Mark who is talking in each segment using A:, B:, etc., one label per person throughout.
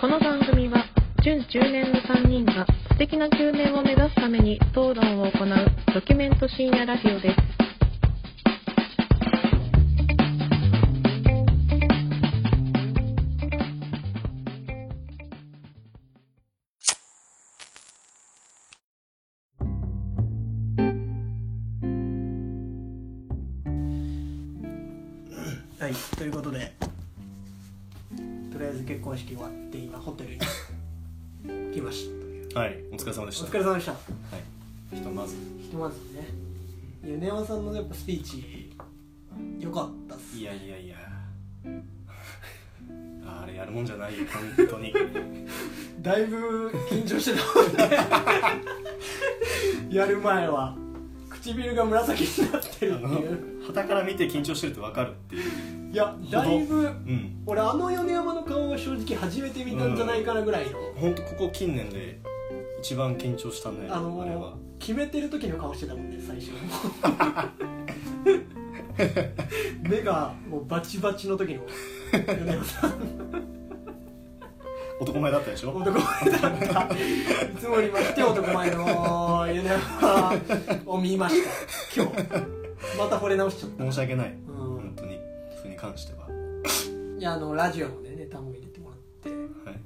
A: この番組は準10年の3人が素敵な9年を目指すために討論を行うドキュメント深夜ラジオです。
B: はい、ということでとりあえず結婚式終わって今ホテル に来ましたという
C: はい、お疲れ様で
B: お
C: した。
B: 疲れ様でした
C: はい。ひとまず、
B: ひとまずね米山さんのやっぱスピーチよかったっす
C: いやいやい や。あれやるもんじゃないよ、本当に。
B: だいぶ緊張してたもんね やる前は唇が紫になってるっていう
C: はたから見て緊張してるってわかるっていう。
B: いやだいぶ
C: うん。
B: 俺あの米山の顔は正直初めて見たんじゃないかなぐらいの、
C: 本当ここ近年で一番緊張したね、
B: あ
C: あ
B: のー
C: れは。
B: 決めてる時の顔してたもんね 最初目がもうバチバチの時の米山さん
C: 男前だったでしょ。
B: 男前だったいつもに増して男前の米山を見ました今日また惚れ直しちゃった
C: 申し訳ない。
B: うん
C: 本当に、それに関しては。
B: いやあのラジオのねネタも入れてもらって
C: はい。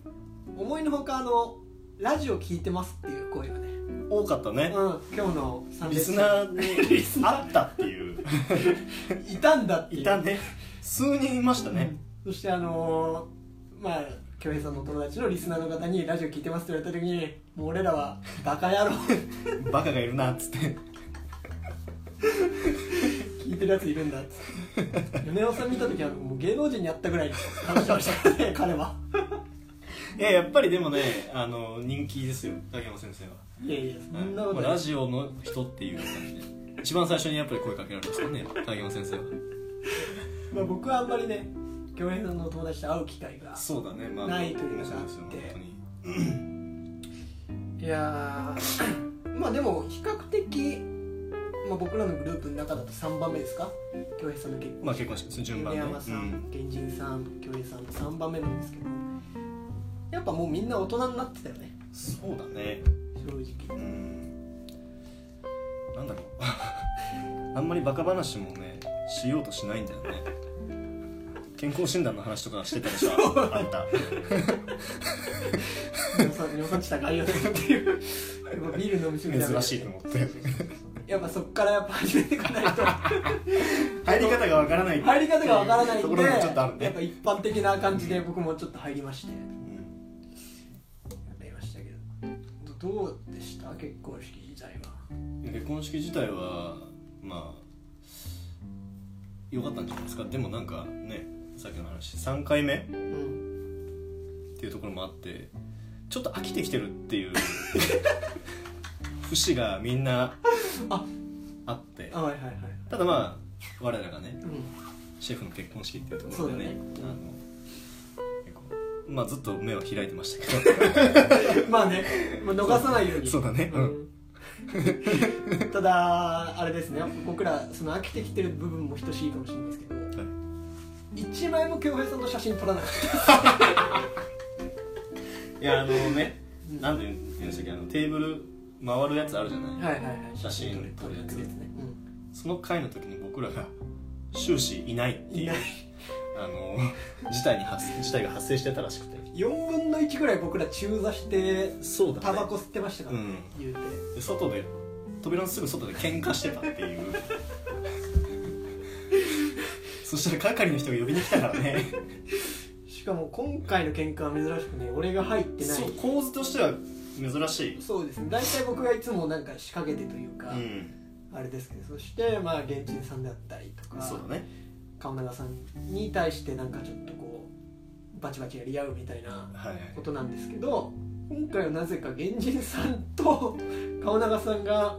B: 思いのほかあのラジオ聞いてますっていう声がね、うん、
C: 多かったね。
B: 今日の参
C: リ
B: 列
C: ス
B: 者
C: ナ ーにあったっていう。
B: いたんだっていう
C: いたね。数人いましたね。
B: そしてあのーまあ恭平さんのお友達のリスナーの方に「ラジオ聞いてます」って言われた時にもう俺らは「バカ野郎
C: バカがいるなっつって。
B: 聞いてるやついるんだ」っつって 米尾さん見た時はもう芸能人に会ったぐらいの顔してましたから ね彼はい
C: や、やっぱりでもね、あの人気ですよ、竹山先生は。
B: いやいやそんなこ
C: も
B: と
C: う
B: ない
C: ラジオの人っていう感じで一番最初にやっぱり声かけられましたね竹山先生は
B: まあ、僕はあんまりね恭平さんのお友達と会う機会が
C: そうだねまあ
B: ないというのがあって
C: そうですよ本当に
B: いやー まあでも比較的、まあ、僕らのグループの中だと3番目ですか恭平さんの結婚式
C: まあ結婚式です順番
B: 米
C: ね
B: 山さ、
C: うんん
B: 源人さん、京平さんと3番目なんですけどやっぱもうみんな大人になってたよね
C: そうだね
B: 正直
C: うんなん だろうあんまりバカ話もねしようとしないんだよね健康診断の話とかしてたでしょあんた
B: 尿酸尿酸値高いよねっていうやっぱビール飲みすぎだ
C: 珍しいと思って
B: やっぱそっからやっぱ始めていかない と
C: 入り方がわからない
B: 入り方がわからないんで
C: ところもちょっとあるね
B: やっぱ一般的な感じで僕もちょっと入りましてや
C: うん
B: りましたけどどどうでした結婚式自体は
C: 結婚式自体はまあ良かったんじゃないですかでもなんかねさっきの話3回目っ
B: うん
C: ていうところもあってちょっと飽きてきてるっていう節がみんな
B: あ
C: あって
B: あはいはいはい
C: ただまあ我らがね
B: うん
C: シェフの結婚式っていうところ
B: そうだ
C: でねあの
B: ね
C: 結構まあずっと目は開いてましたけ
B: まあね、まあ、逃さないよう
C: ど
B: に
C: そう だね、うん、
B: ただあれですね僕らその飽きてきてる部分も等しいかもしれないですけど
C: はい
B: 一枚も京平さんの写真撮らなかっ
C: いやあのね、
B: うん
C: なんて言うんでしたっけあのテーブル回るやつあるじゃない、
B: たはいはいはい
C: 写真撮るやつ
B: ですね、
C: その回の時に僕らが終始いないって
B: い
C: い
B: な
C: う
B: い
C: あの事態に発事態が発生してたらしくて
B: 4分の1ぐらい僕ら中座して
C: そう
B: タバコ吸ってましたからね、
C: う
B: 言うて
C: で外で扉のすぐ外で喧嘩してたっていう そしたら係の人が呼びに来たからね
B: しかも今回の喧嘩は珍しくね俺が入ってない
C: そう構図としては珍しい
B: そうですね大体僕がいつもなんか仕掛けてというか、
C: うん
B: あれですけどそしてまあ現地さんだったりとか
C: そうだね
B: 川永さんに対してなんかちょっとこうバチバチやり合うみたいな
C: はいはい
B: ことなんですけど今回はなぜか源人さんと 川永さんが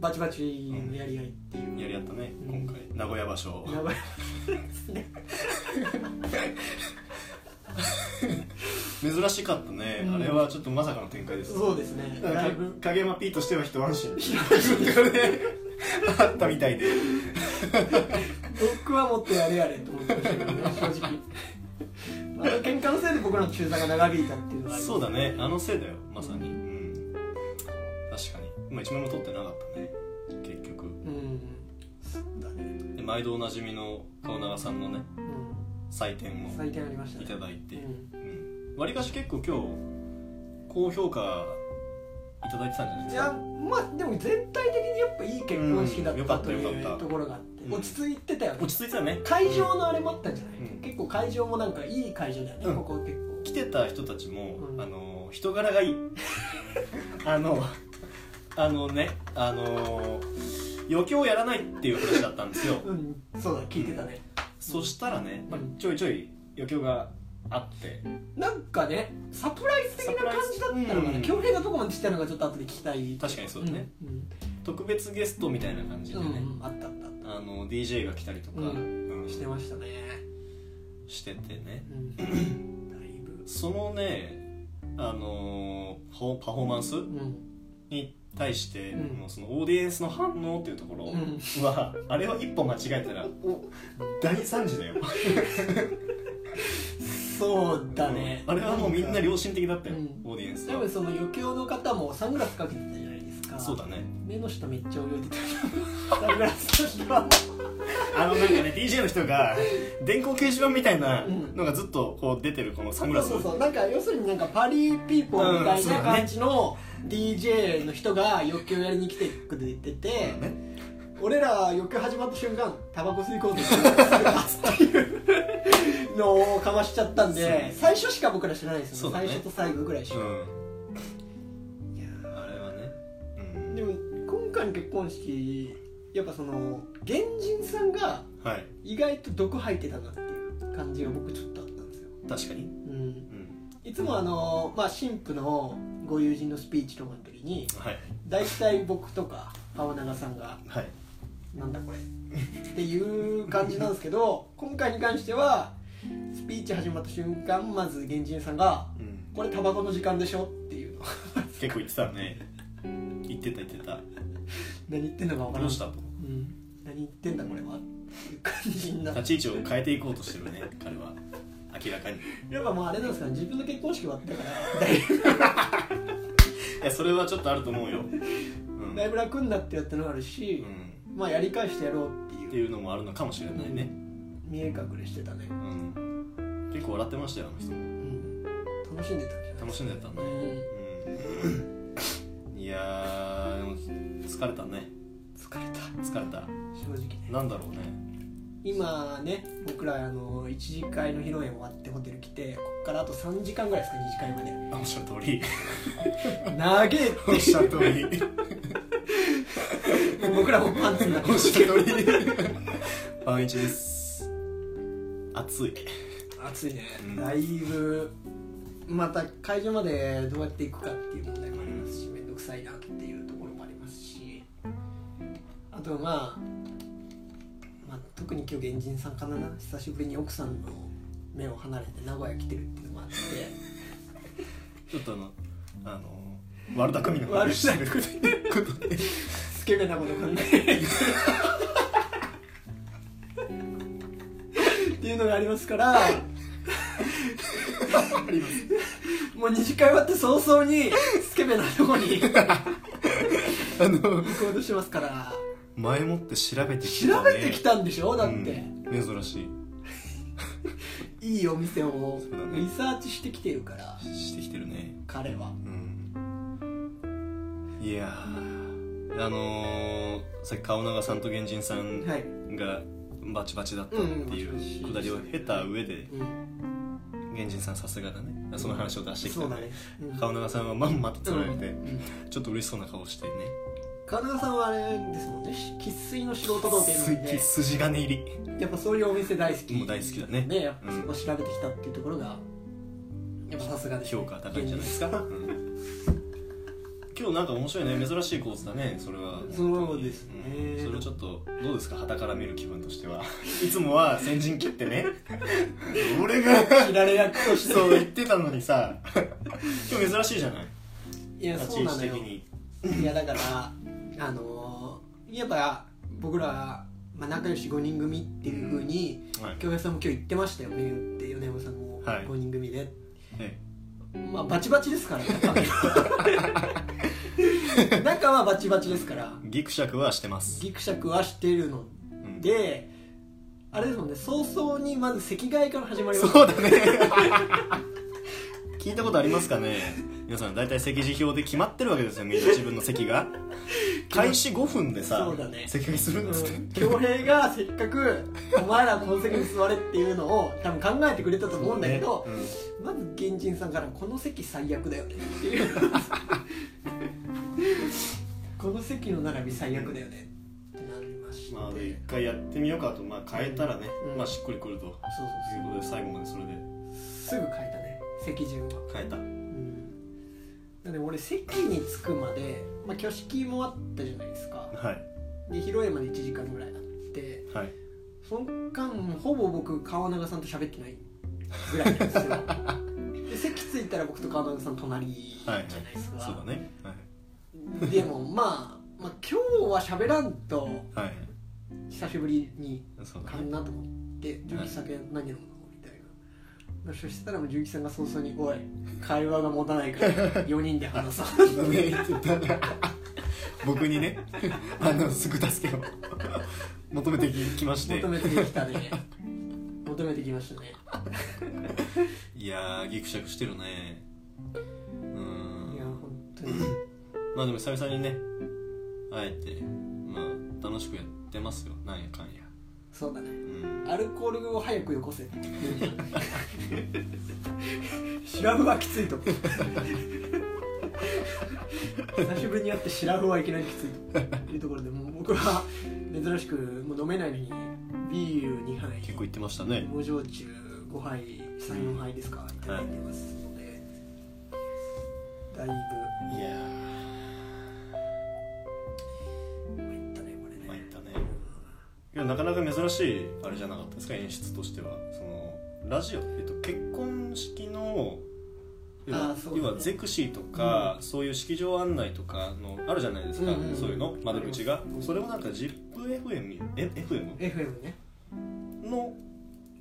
B: バチバチやり合いっていう、
C: やり合ったね今回名古屋場所
B: や ばいですね
C: 珍しかったね、
B: うん
C: あれはちょっとまさかの展開です
B: そうですねだいぶ
C: 影山 P としては一安 心あったみたいで
B: 僕はもっとやれやれと思ってましたけどね正直あの喧嘩のせいで僕らの中座が長引いたっていうのがあります
C: そうだねあのせいだよまさに、うん、確かに今一枚も取ってなかったね結局
B: うんだね、
C: で毎度おなじみの川永さんのね
B: うん、
C: 採点を
B: 採点ありました
C: い
B: ね
C: ただいて
B: うん
C: うんわり、かし結構今日高評価いただいてたんじゃない
B: い
C: です
B: や
C: か
B: まあでも全体的にやっぱいい結婚式だっ
C: うんよ
B: た
C: かった
B: とい
C: よか
B: う
C: った
B: ところがあって、
C: うん
B: 落ち着いてたよね
C: 落ち着いてたね
B: 会場のあれもあったんじゃない、
C: うん
B: 結構会場もなんかいい会場だよね、
C: うん
B: ここ結構
C: 来てた人たちも、
B: うん
C: あの人柄がいいあのあのねあの余興をやらないっていう話だったんですよ
B: うんそうだ聞いてたね、
C: そしたらね、まあ
B: うん
C: ちょいちょい余興があって
B: なんかねサプライズ的な感じだったのか
C: う
B: なん恭平がどこまでしたのかちょっと後で聞きたい
C: 確かにそうだね、
B: うんうん
C: 特別ゲストみたいな感じでね、
B: うんあったあったあっ
C: あの DJ が来たりとか、
B: うん
C: うん
B: たしてましたね、
C: しててね
B: うん、だいぶ
C: そのねあのほパフォーマンス
B: うん
C: に対して、
B: うん
C: もうそのオーディエンスの反応っていうところ
B: うん
C: は、あれを一歩間違えたらお大惨事だよ
B: そうだね、
C: あれはもうみんな良心的だったよ、
B: うん
C: オーディエンス
B: 多
C: は
B: 分その余興の方もサングラスかけてたじゃないですか
C: そうだ ね
B: 目の下めっちゃ泳いでたサングラスの下
C: あのなんかね DJ の人が電光掲示板みたいなのがずっとこう出てるこのサングラ ス
B: そうそうそうなんか要するになんかパリピーポーみたいな感じの DJ の人が余興やりに来てくれてて、
C: ね
B: 俺ら余興始まった瞬間タバコ吸い 込んでっていうのをかましちゃったんで最初しか僕ら知らないです
C: そ
B: よ
C: うだ
B: ね
C: ね
B: 最初と最後ぐらいし
C: う
B: か、い
C: ん
B: やー
C: あれはねうん
B: でも今回の結婚式やっぱその原人さんが
C: はい
B: 意外と毒吐いてたなっていう感じが僕ちょっとあったんですよ、
C: 確かに
B: うん、
C: うん
B: いつもあのまあ神父のご友人のスピーチとかの時に
C: はい
B: 大体僕とか青永さんが
C: はい
B: 「なんだこれ」っていう感じなんですけど今回に関してはスピーチ始まった瞬間まず源人さんが
C: うん
B: 「これタバコの時間でしょ」っていうの
C: 結構言ってたね言ってた言ってた
B: 何言ってんのか分から
C: ど
B: ん
C: うしたと
B: うん、何言ってんだこれはっていう感じになって
C: 立ち位置を変えていこうとしてるね彼は明らかにい
B: やっぱもうあれなんですかね自分の結婚式終わったからだいぶ
C: やそれはちょっとあると思うようん
B: だいぶ楽になってやったのがあるし
C: う、ん
B: まあやり返してやろうって
C: って
B: いう
C: いうのもあるのかもしれないね
B: 見え隠れしてたね
C: うん結構笑ってましたよあの人も
B: うん楽しんでたんじゃない
C: 楽しんでたね
B: うん
C: うんいやーでも疲れたね
B: 疲れた
C: 疲れた
B: 正直ね
C: なんだろうね
B: 今ね僕らあの一次会の披露宴終わってホテル来てこっからあと3時間ぐらいですか二次会まで
C: あおっしゃる通り
B: 長げって
C: おっしゃる通り
B: 僕らもパンツになって
C: おっしゃる通りパンイチです暑い
B: 暑いね、
C: うん
B: だいぶまた会場までどうやって行くかっていう問題もありますし面倒くさいなっていうところもありますしあとはまあ、まあ、特に今日原人さんかな久しぶりに奥さんの目を離れて名古屋来てるっていうのもあって
C: ちょっとあのあの悪巧みの話してることで
B: スケベなこと考えっていうのがありますからもう二次会終わって早々にスケベなとこに行こ
C: あの
B: うとしてますから
C: 前もって調べてき
B: 調
C: た、ね、
B: べてきたんでしょだって、
C: うん珍し
B: いいお店を
C: そうだね
B: リサーチしてきてるから
C: いしてきてるね
B: 彼は
C: うんいやーあのー、さっき顔長さんと原人さん
B: はい、
C: がバチバチだったっ
B: うん
C: てい
B: バチバ
C: う
B: チ
C: くだりを経た上で
B: うん、
C: 原人さんさすがだねその話を出してき
B: そ
C: た
B: うだね、うん、
C: 顔長さんはまんまとつられて、
B: うん
C: ちょっと嬉しそうな顔してね
B: 川中さんはあれですもんね生粋の素人童貞なん
C: 筋
B: で
C: 筋金入
B: やっぱそういうお店大好き
C: りもう大好きだね
B: ねやっぱ
C: う
B: そ
C: ん
B: こ調べてきたっていうところがやっぱさすがですね
C: 評価高いんじゃないですか、うん今日なんか面白いね珍しい構図だねそれは
B: そうですね
C: うんそれをちょっとどうですか傍から見る気分としては いつもは先陣切っ てね俺が
B: 知られ役として
C: そう言ってたのに さ今日珍しいじゃない
B: いや
C: 立
B: そう
C: ち位
B: な
C: 置
B: の
C: 的
B: よ
C: に
B: いやだからあのー、やっぱ僕らまあ、仲良し5人組っていうふうに
C: はい
B: 京平さんも今日言ってましたよねって米山さんも
C: はい
B: 5人組で、
C: え
B: まあバチバチですから ね仲はバチバチですから
C: えギクシャクはしてます、
B: ギクシャクはしてるの
C: うん
B: であれですもんね早々にまず赤外から始まります
C: そうだ ね聞いたことありますかね皆さん大体席次表で決まってるわけですよみんな自分の席 が開始5分でさ
B: そうだね
C: 席替えするんですって、
B: 恭平がせっかくお前らこの席に座れっていうのを多分考えてくれたと思うんだけど、
C: ね
B: まず原人さんから「この席最悪だよね」っていう この席の並び最悪だよねってなりまして、
C: まあ、一回やってみようかと、まあ、変えたらね、
B: うん
C: まあ、しっくりくるというこ
B: そう
C: とで最後までそれで
B: そうそうすぐ変えたね席順は
C: 変えた
B: うんなので俺席に着くまで、まあ、挙式もあったじゃないですか
C: はい
B: で披露宴まで1時間ぐらいあって
C: はい
B: その間ほぼ僕川永さんと喋ってないぐらいなんですよ で席着いたら僕と川永さん隣じゃ
C: は
B: ないいですか、
C: そうだね
B: でもまあ、まあ、今日は喋らんと
C: はいはい
B: 久しぶりに
C: そうだ
B: かん
C: ね
B: なと思って「純喜酒何飲むの?」みたいなそしたらもう純喜さんが早々に「おい会話が持たないから4人 で話そう」
C: 僕にね あのすぐ助けを 求めてきまして
B: 求めてきたね求めてきましたね
C: いやーギクシャクしてるねう
B: いや
C: ん
B: 本当に
C: まあでも久々にね会えてまあ楽しくやってますよなんやかんや
B: そうだね
C: うん
B: アルコールを早くよこせって言うじゃ んシラフはきついと思う久しぶりに会ってシラフはいきなりきついというところでもう僕は珍しくもう飲めないのにビール2杯
C: 結構行ってましたね
B: 無焼酎5杯34杯ですかいただいてますので、だいぶ
C: いや
B: 参った
C: ー
B: ねこれね、
C: 参ったねいやなかなか珍しいあれじゃなかったですか演出としてはそのラジオ、えっと、結婚式の要は
B: あーそうだね
C: 要はゼクシーとか、そういう式場案内とかのあるじゃないですか、
B: うんうん
C: そういうの窓口が
B: あります
C: それをなんか ZIPFM え FM
B: FM ね
C: の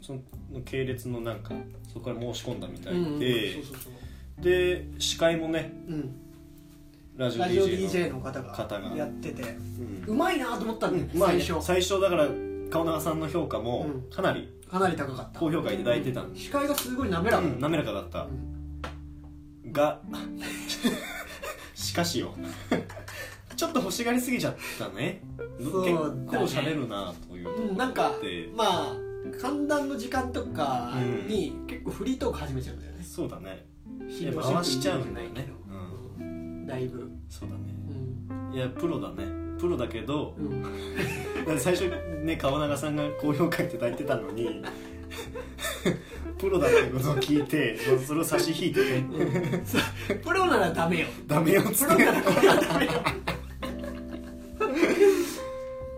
C: その系列のなんかそこから申し込んだみたい
B: うんうん
C: で、
B: そうそうそう
C: で司会もね
B: うん、
C: ラジオ
B: ラジオ
C: DJ の
B: DJ の方
C: 方
B: が
C: が
B: やってて
C: うん
B: うまいなと思ったんだよ、
C: まあ
B: 最初
C: 最初だから川永さんの評価も
B: うん
C: かなり
B: かなり高かった
C: 高評価いただいてたんで
B: 視界がすごい滑らか、
C: うん滑らかだった
B: うん
C: がしかしよちょっと欲しがりすぎちゃったね結
B: そう
C: 構
B: だね
C: 喋るなという
B: うんなんか
C: で
B: まあ寒暖の時間とかに結構フリートーク始めちゃうんだよね、
C: そうだね
B: ヒ
C: やっ
B: ーロ
C: ぱ
B: ーシップ
C: 回しちゃうんだよ
B: じゃない
C: ね
B: けどうんだいぶ、
C: そうだね
B: うん
C: いやプロだねプロだけど
B: うん、
C: だから最初ね川永さんが高評価いただいてたのにプロだってことを聞いてそれを差し引いてね
B: そう プロならダメよ
C: ダメよっ
B: プ
C: つっ
B: ロ
C: て
B: ならこれはダ メよ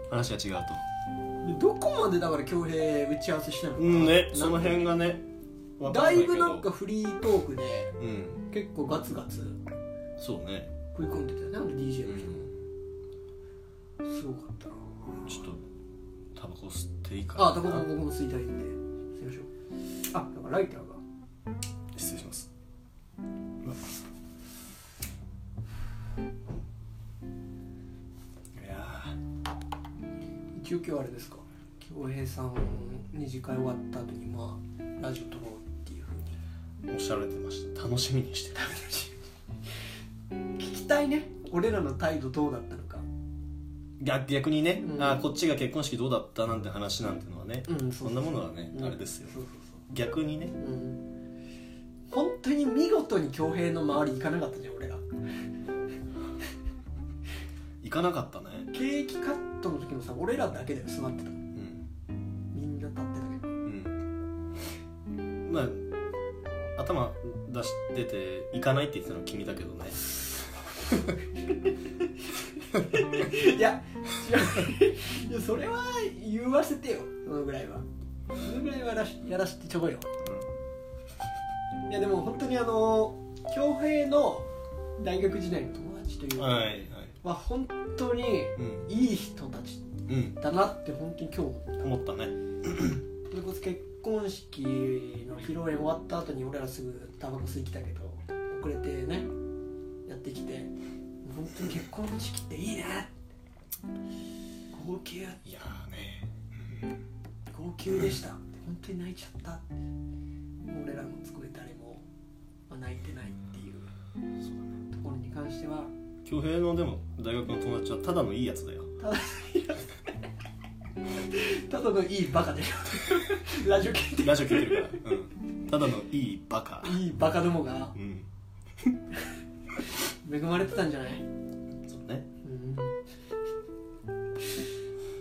C: 話が違うと
B: でどこまでだから恭平打ち合わせしなのか、
C: うんね
B: なん
C: その辺がねわか
B: だ
C: んない
B: い
C: けど
B: ぶなんかフリートークで
C: うん
B: 結構ガツガツ
C: そうね
B: 食い込んでたよねあの DJ
C: う
B: の人も、
C: ん
B: すごかったな
C: ちょっとタバコ吸っていいかな
B: あ、だから僕も吸いたいんで、吸いましょう。あ、だからライターが。
C: 失礼しますうわいや
B: 一応今日あれですか。京平さん、二次会終わった後に、まあ、ラジオ撮ろうっていうふうに。
C: ーおっしゃられてました楽しみにしてた
B: 聞きたいね。俺らの態度どうだったのか。
C: 逆逆にね、
B: うん
C: あーこっちが結婚式どうだったなんて話なんてのはね、
B: うん
C: そんなものはね、あれですよ
B: そうそう
C: 逆にね
B: そう。うん。本当に見事に京平の周り行かなかったじゃん、俺ら。
C: 行かなかったね、
B: ケーキカットの時もさ、俺らだけだよ、座ってたの。
C: うん
B: みんな立ってたけど。
C: うんまあ頭出してて行かないって言ってたの君だけどね
B: いや、違う。 いや、それは言わせてよ、そのぐらいは。そのぐらいはやらしやらせてちょこよ。いやでも本当にあの恭平の大学時代の友達といううんか
C: はいはい
B: は本当に
C: うん
B: いい人たち
C: うん
B: だなって本当に今日思った
C: 思ったね
B: それこそ結婚式の披露宴終わった後に俺らすぐタバコ吸い来たけど遅れてねやってきて本当に結婚式っていいね号泣
C: いやーね
B: 号泣でした本当に泣いちゃった俺らもそこで誰も、まあ泣いてないっていう
C: そうだね
B: ところに関しては
C: 恭平のでも大学の友達はただのいいやつだよ
B: ただいやただのいいバカでラジオ聞いて
C: ラジオ聞いてるから、 うん、ただのいいバカ
B: いいバカどもが
C: うん
B: 恵まれてたんじゃない
C: そうね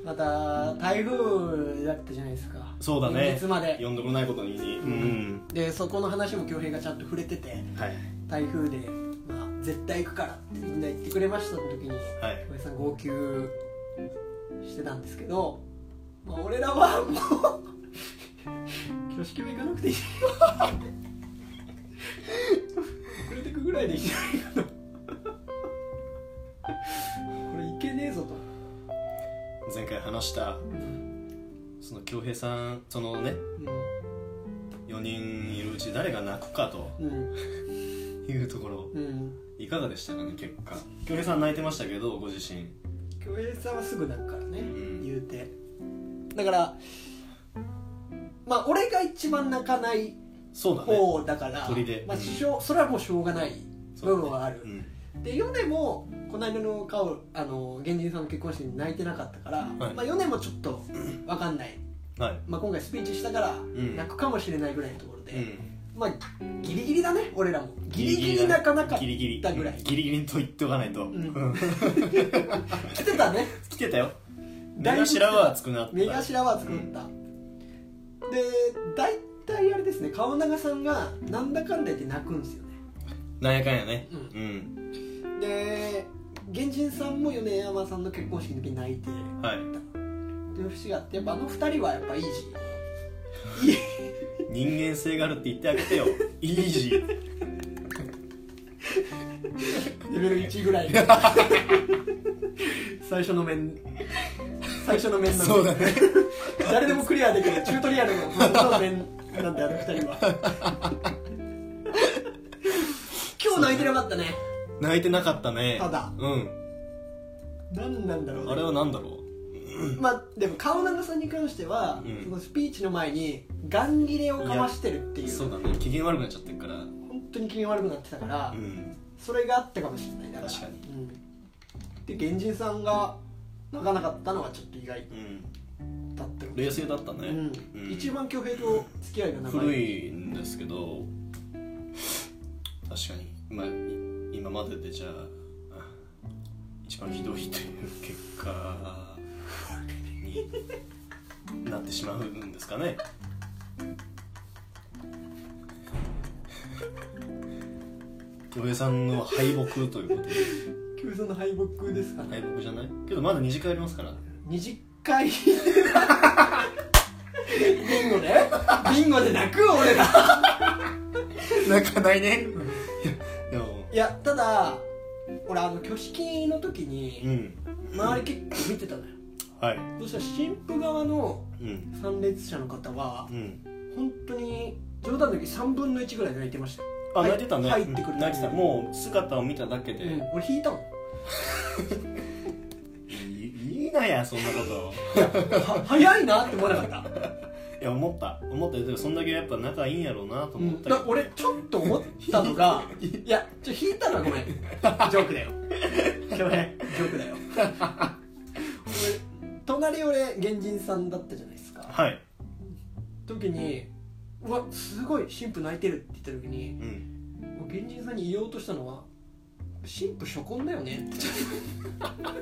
B: また台風だったじゃないですか
C: そうだね
B: いつまで
C: 呼んでもないことにうん、
B: でそこの話も恭平がちゃんと触れてて
C: はい
B: 台風で、まあ、絶対行くからってみんな言ってくれましたの時に
C: はい
B: 小林さん号泣してたんですけど、まあ、俺らはもう挙式も行かなくていいよ遅れてくぐらいでいいんじゃないかとこれいけねえぞと。
C: 前回話したその恭平さんそのね4人いるうち誰が泣くかと
B: うん
C: いうところ
B: うん
C: いかがでしたかね結果恭平さん泣いてましたけどご自身
B: 恭平さんはすぐ泣くからね、
C: ん
B: 言うてだからまあ俺が一番泣かない
C: そうだね
B: 方だから
C: 鳥で
B: まあ、
C: うん
B: しょうそれはもうしょうがない
C: そ
B: 部
C: うだね
B: 分はある、
C: うん
B: で米もこの間の顔あの源人さんの結婚式に泣いてなかったから、
C: はい
B: まあ、米もちょっと分かんない、
C: はい
B: まあ、今回スピーチしたから
C: ん
B: 泣くかもしれないぐらいのところで、
C: うん
B: まあギリギリだね俺らもギリギリ泣かなかっ
C: ギリギリ
B: たぐらい
C: うんギリギリと言っておかないと、
B: ん 来てたね
C: 来てたよ目
B: だいぶ
C: 頭は熱くなった
B: 目頭は作った、で大体あれですね顔長さんがなんだかんだ言って泣くんですよね
C: なんやかんやね
B: う
C: うん、
B: で源人さんも米山さんの結婚式の時に泣いて
C: はい
B: で節があってやっぱあの二人はやっぱいいし
C: 人間性があるって言ってあ げてよイージー
B: レベル1ぐらい 最初の面最初の面の
C: そうだね
B: 誰でもクリアできるチュートリアルの本当の面なんであの二人は 今日泣いてなかったね
C: 泣いてなかったね
B: ただ
C: うん
B: 何なんだろう
C: あれは何だろ
B: まあでも顔長さんに関しては、
C: うん
B: そのスピーチの前にガン切れをかましてるっていう
C: うそうだね機嫌悪くなっちゃってるから
B: 本当に機嫌悪くなってたから、
C: うん
B: それがあったかもしれないだから
C: 確かに
B: うん、で源人さんが泣かなかったのはちょっと意外
C: うん
B: だったよね
C: 冷静だったね、
B: うん
C: うん
B: 一番恭平と付き合いが長い
C: 古いんですけど確かに、まあ、い今まででじゃあ一番ひどいという結果になってしまうんです かね京平さんの敗北ということで
B: 恭平さんの敗北ですかね、
C: 敗北じゃないけどまだ2時間ありますから
B: 二十 回ビンゴでビンゴで泣く俺 ら
C: 泣かないねいや
B: いやただ俺あの挙式の時に
C: うん
B: 周り結構見てたのよ
C: はい
B: そしたら新婦側の
C: うん
B: 参列者の方は
C: うん
B: 本当に冗談の時3分の1ぐらい泣いてましたよ
C: あ泣いてたね
B: 入ってくる
C: 泣いてたもう姿を見ただけで、
B: うん、俺引いたもん
C: いいなやそんなこと
B: は早いなって思わなかった、
C: いや思った思ったけどそんだけやっぱ仲いいんやろうなと
B: う
C: 思っ
B: ん、
C: たけど、
B: だ俺ちょっと思ったのが いやちょ引いたのはごめんジョークだよごめんジョークだよ俺 隣俺原人さんだったじゃないですか
C: はい、
B: 時にうわすごい新婦泣いてるって言った時に
C: う
B: も
C: ん、
B: う原人さんに言おうとしたのは神父初婚だよねって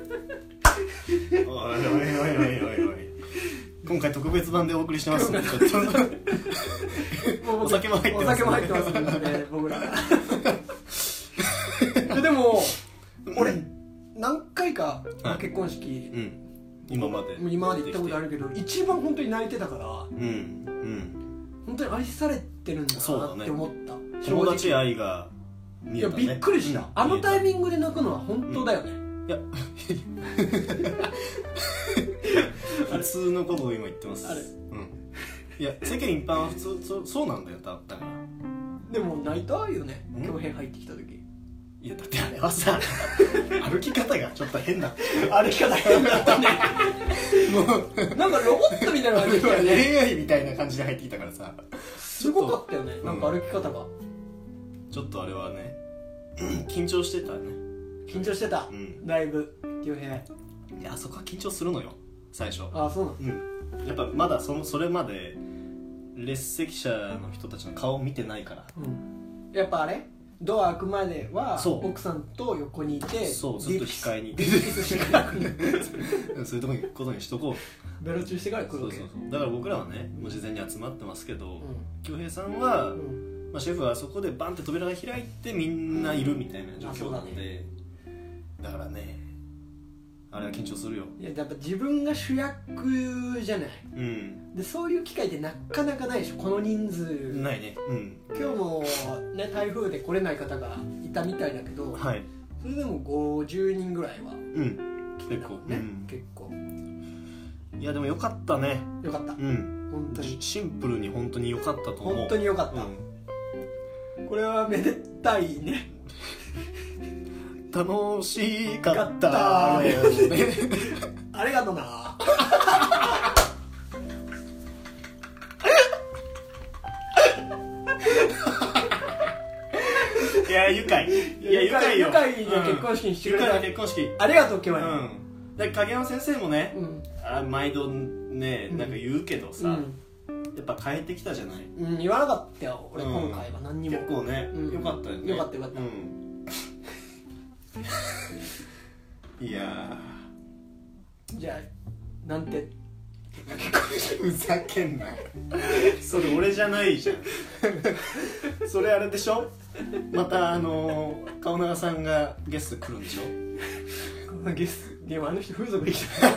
C: おいおいおいおいおいおい今回特別版でお送りして ます
B: 今
C: ちょっ と
B: お
C: お酒も入ってま
B: お酒
C: す
B: も入ってますんでね僕ら でも俺何回か
C: はい
B: 結婚式、
C: うん今まで
B: 今まで行ったことあるけど一番本当に泣いてたから
C: うんうん
B: 本当に愛されてるんだ
C: そうだ
B: な
C: ね
B: って思った、
C: 友
B: 正
C: 達愛が
B: 直
C: 見
B: い
C: え
B: や
C: たね
B: びっくりした、
C: うん
B: あのタイ
C: 見
B: ミングで泣くのは本当だよね、
C: えたいや普通のことを今言ってます
B: あれ
C: うんいや世間一般は普通そうそうなんだよだだから
B: でも泣いたよね
C: ん
B: 恭平入ってきた 時
C: いやだってあれ はさ歩き方がちょっと変だ
B: 歩き方変だったね
C: もう
B: なんかロボットみたいな感じだよ ね
C: 恋愛みたいな感じで入ってきたからさ
B: すごかったよねなんか歩き方が
C: ちょっとあれはねうん緊張してたね
B: 緊張してた
C: うん
B: だいぶ恭平
C: いやあそこは緊張するのよ最初
B: ああそうなの
C: うんやっぱまだそのそれまで列席者の人たちの顔を見てない から
B: うんやっぱあれドア開くまでは
C: そう
B: 奥さんと横にいて
C: そうずっと控えにそういうとこに行くことにしとこう
B: ベロチューしてから来
C: そう
B: る
C: そ
B: わ
C: う
B: け
C: そうだから僕らはねもう事前に集まってますけど
B: う
C: 恭平さんは、
B: んうん
C: まあ、シェフはあそこでバンって扉が開いてみんないるみたいな状況なん
B: あそうだ
C: でだからねあれは緊張するよ
B: いややっぱ自分が主役じゃない
C: うん
B: でそういう機会ってなかなかないでしょこの人数
C: ないねうん
B: 今日もね台風で来れない方がいたみたいだけど、
C: はい
B: それでも50人ぐらいは
C: うん
B: 来て
C: 結
B: た
C: 構
B: もんね、
C: うん
B: 結構
C: いやでもよかったね
B: よかった
C: うん
B: 本当に
C: シンプルに本当に良かったと思う
B: 本当によかった、これはめでたいね
C: うん楽しかっ
B: よか
C: た
B: った
C: よね
B: ありがとうな
C: いや愉快いや愉快よ
B: 愉快愉快な結婚式にしてくれた
C: うん愉快な結婚式
B: ありがとう今日は
C: うんで影山先生もね、
B: うん
C: あ毎度ね
B: うん
C: なんか言うけど
B: う
C: さ、
B: ん、
C: やっぱ変えてきたじゃない
B: うん、言わなかったよ俺
C: うん
B: 今回は何にも、
C: 結構ね、
B: うん
C: よかったよね
B: よかったよかった
C: うん、 いや
B: じゃあなんて
C: ーふざけんなそれ俺じゃないじゃんそれあれでしょまたあのー顔長さんがゲスト来るんでしょ
B: ゲスでもあの人風俗行きたい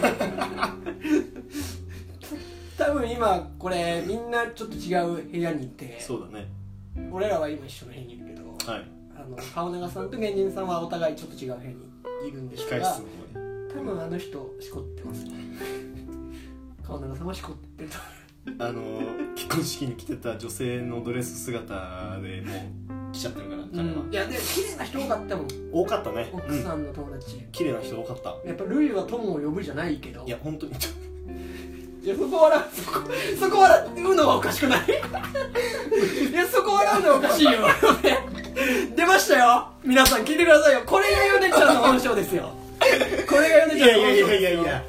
B: 多分今これみんなちょっと違う部屋にいて
C: そうだね
B: 俺らは今一緒の部屋にいるけど、
C: はい
B: あの顔長さんと源人さんはお互いちょっと違う部屋にいるんです
C: 控
B: が
C: え室の方に
B: 多分あの人しこってますね顔長さんはしこってると
C: あのー結婚式に着てた女性のドレス姿でもう来ちゃってるから彼は、
B: うんいやでも綺麗な人多かったもん
C: 多かったね
B: 奥
C: うん
B: さんの友達、
C: 綺麗な人多かった
B: やっぱルイは友を呼ぶじゃないけど
C: いや本当に
B: いやそこ笑うそこそこ笑うのはおかしくないいやそこ笑うのはおかしいよ出ましたよ皆さん聞いてくださいよこれがヨネちゃんの本性ですよこれがヨネ
C: い
B: ちゃん
C: や
B: の
C: い
B: 本
C: やい
B: 性
C: やい
B: で
C: や
B: す
C: い
B: よ
C: や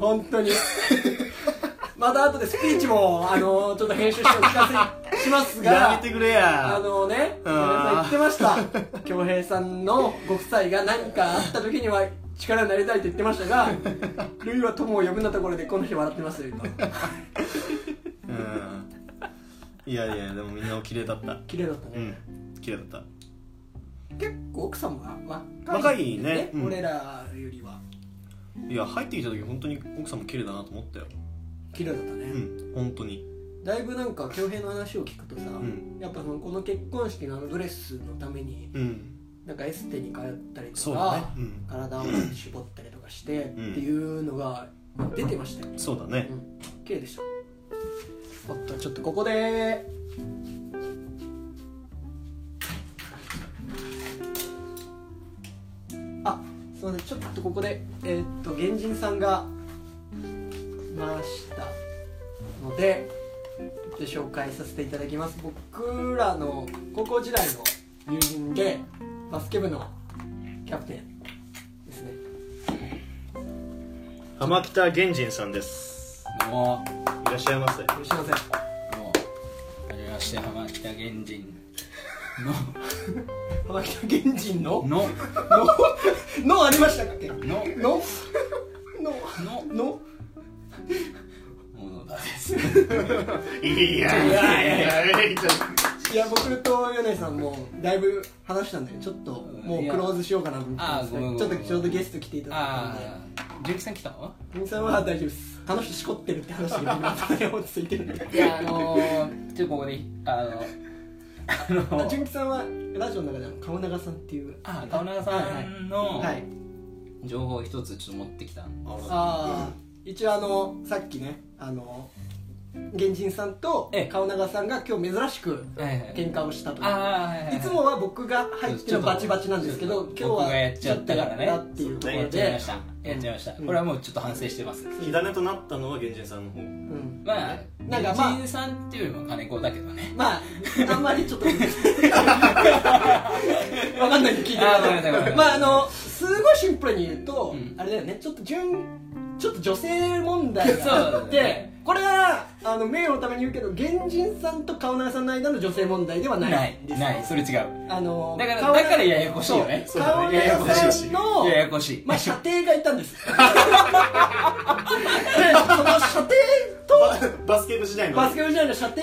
B: 本当にまた後でスピーチもあのちょっと編集してお聞かせします
C: や
B: が
C: めてくれ
B: あ
C: や
B: のね、皆さん言
C: あ
B: っ
C: ー
B: てました。恭平さんのご夫妻が何かあった時には力になりたいと言ってましたが、ルイは友を呼ぶなところでこの人笑ってますよ、今。
C: うんいやいやでもみんなお綺麗だった
B: 綺麗だった
C: う
B: ね
C: ん。綺麗だった
B: 結構奥さんは
C: 若
B: 若
C: い
B: い
C: ねうん
B: 俺らよりは。
C: いや入ってきた時本当に奥さんも綺麗だなと思ったよ
B: 綺麗だったね。
C: うん本当に
B: だいぶなんか恭平の話を聞くとさ、
C: ん
B: やっぱそのこの結婚式のあのドレスのために、
C: うん
B: なんかエステに通ったりと
C: そう
B: か、
C: だねうん
B: 体を絞ったりとかして、
C: うん
B: っていうのが出てましたよ。
C: そうだね
B: うん綺麗でしたおっとちょっとここであすいませんちょっとここでえーっと原人さんがましたのでちょっと紹介させていただきます僕らの高校時代の友人でバスケ部のキャプテンですね
C: 浜北源人さんです
D: どうも、
C: いらっしゃいませ
B: いらっしゃいませ
D: どうも、はじめまして、浜北源人
B: 浜北原人の
D: の、の、
B: ののありましたっけ
D: の、
B: のの
D: の、
B: の
D: ものだです。
C: いやいやいやいや
B: いや僕と米さんもだいぶ話したんでちょっともうクローズしようかなと思ってます
D: いやあーごめんごめん
B: ちょっとちょうどゲスト来ていただい
D: あ
B: たんで
D: あ、純喜さん来たの
B: 米さんは大丈夫ですあの人しこってるって話が今に落ち着いてるんで
D: いや、あのー、ちょっとここで、あの、あの
B: 純喜さんはラジオの中でも顔長さんっていう
D: あ、川永さん
B: は
D: の
B: いはい
D: 情報を一つちょっと持ってきたんで
B: あ一応あのさっきねあの原人さんと
D: ええ
B: 顔長さんが今日珍しく
D: はいはい
B: 喧嘩をしたと
D: ああはいはい
B: いつもは僕が入って
D: ちょっと
B: バチバチなんですけど今日
D: 僕
B: は
D: がやっちゃったからね
B: やっちゃったっていうとこ
D: や
B: ろ
D: っちゃいま
B: で
D: したやっちゃいました
B: うん
D: これはもうちょっと反省してます
C: 火種となったのは源氏さんの方
B: うん
D: まあ
B: なんかまあ
D: 人さんっていうよりも金子だけどね
B: まああんまりちょっ とわかんないんで聞いてくだ
D: あごめんなさいご
B: さ
D: めんなさ
B: い
D: い
B: まああのすごいシンプルに言うと、
D: うん
B: あれだよねちょっと純ちょっと女性問題
D: そうだ
B: があって、
D: ね
B: これはあの名誉のために言うけど原人さんと顔長さんの間の女性問題ではない
D: ない
B: です
D: ないそれ違う
B: あの
D: だから
B: 顔長
D: だからややこしいよね
B: そう
C: そう
B: 顔
C: だねややこしい
B: 長さんの
D: ややこしい
B: まあ射程がいたんです でその射程と
C: バスケ部時代の
B: バスケ部時代の射程と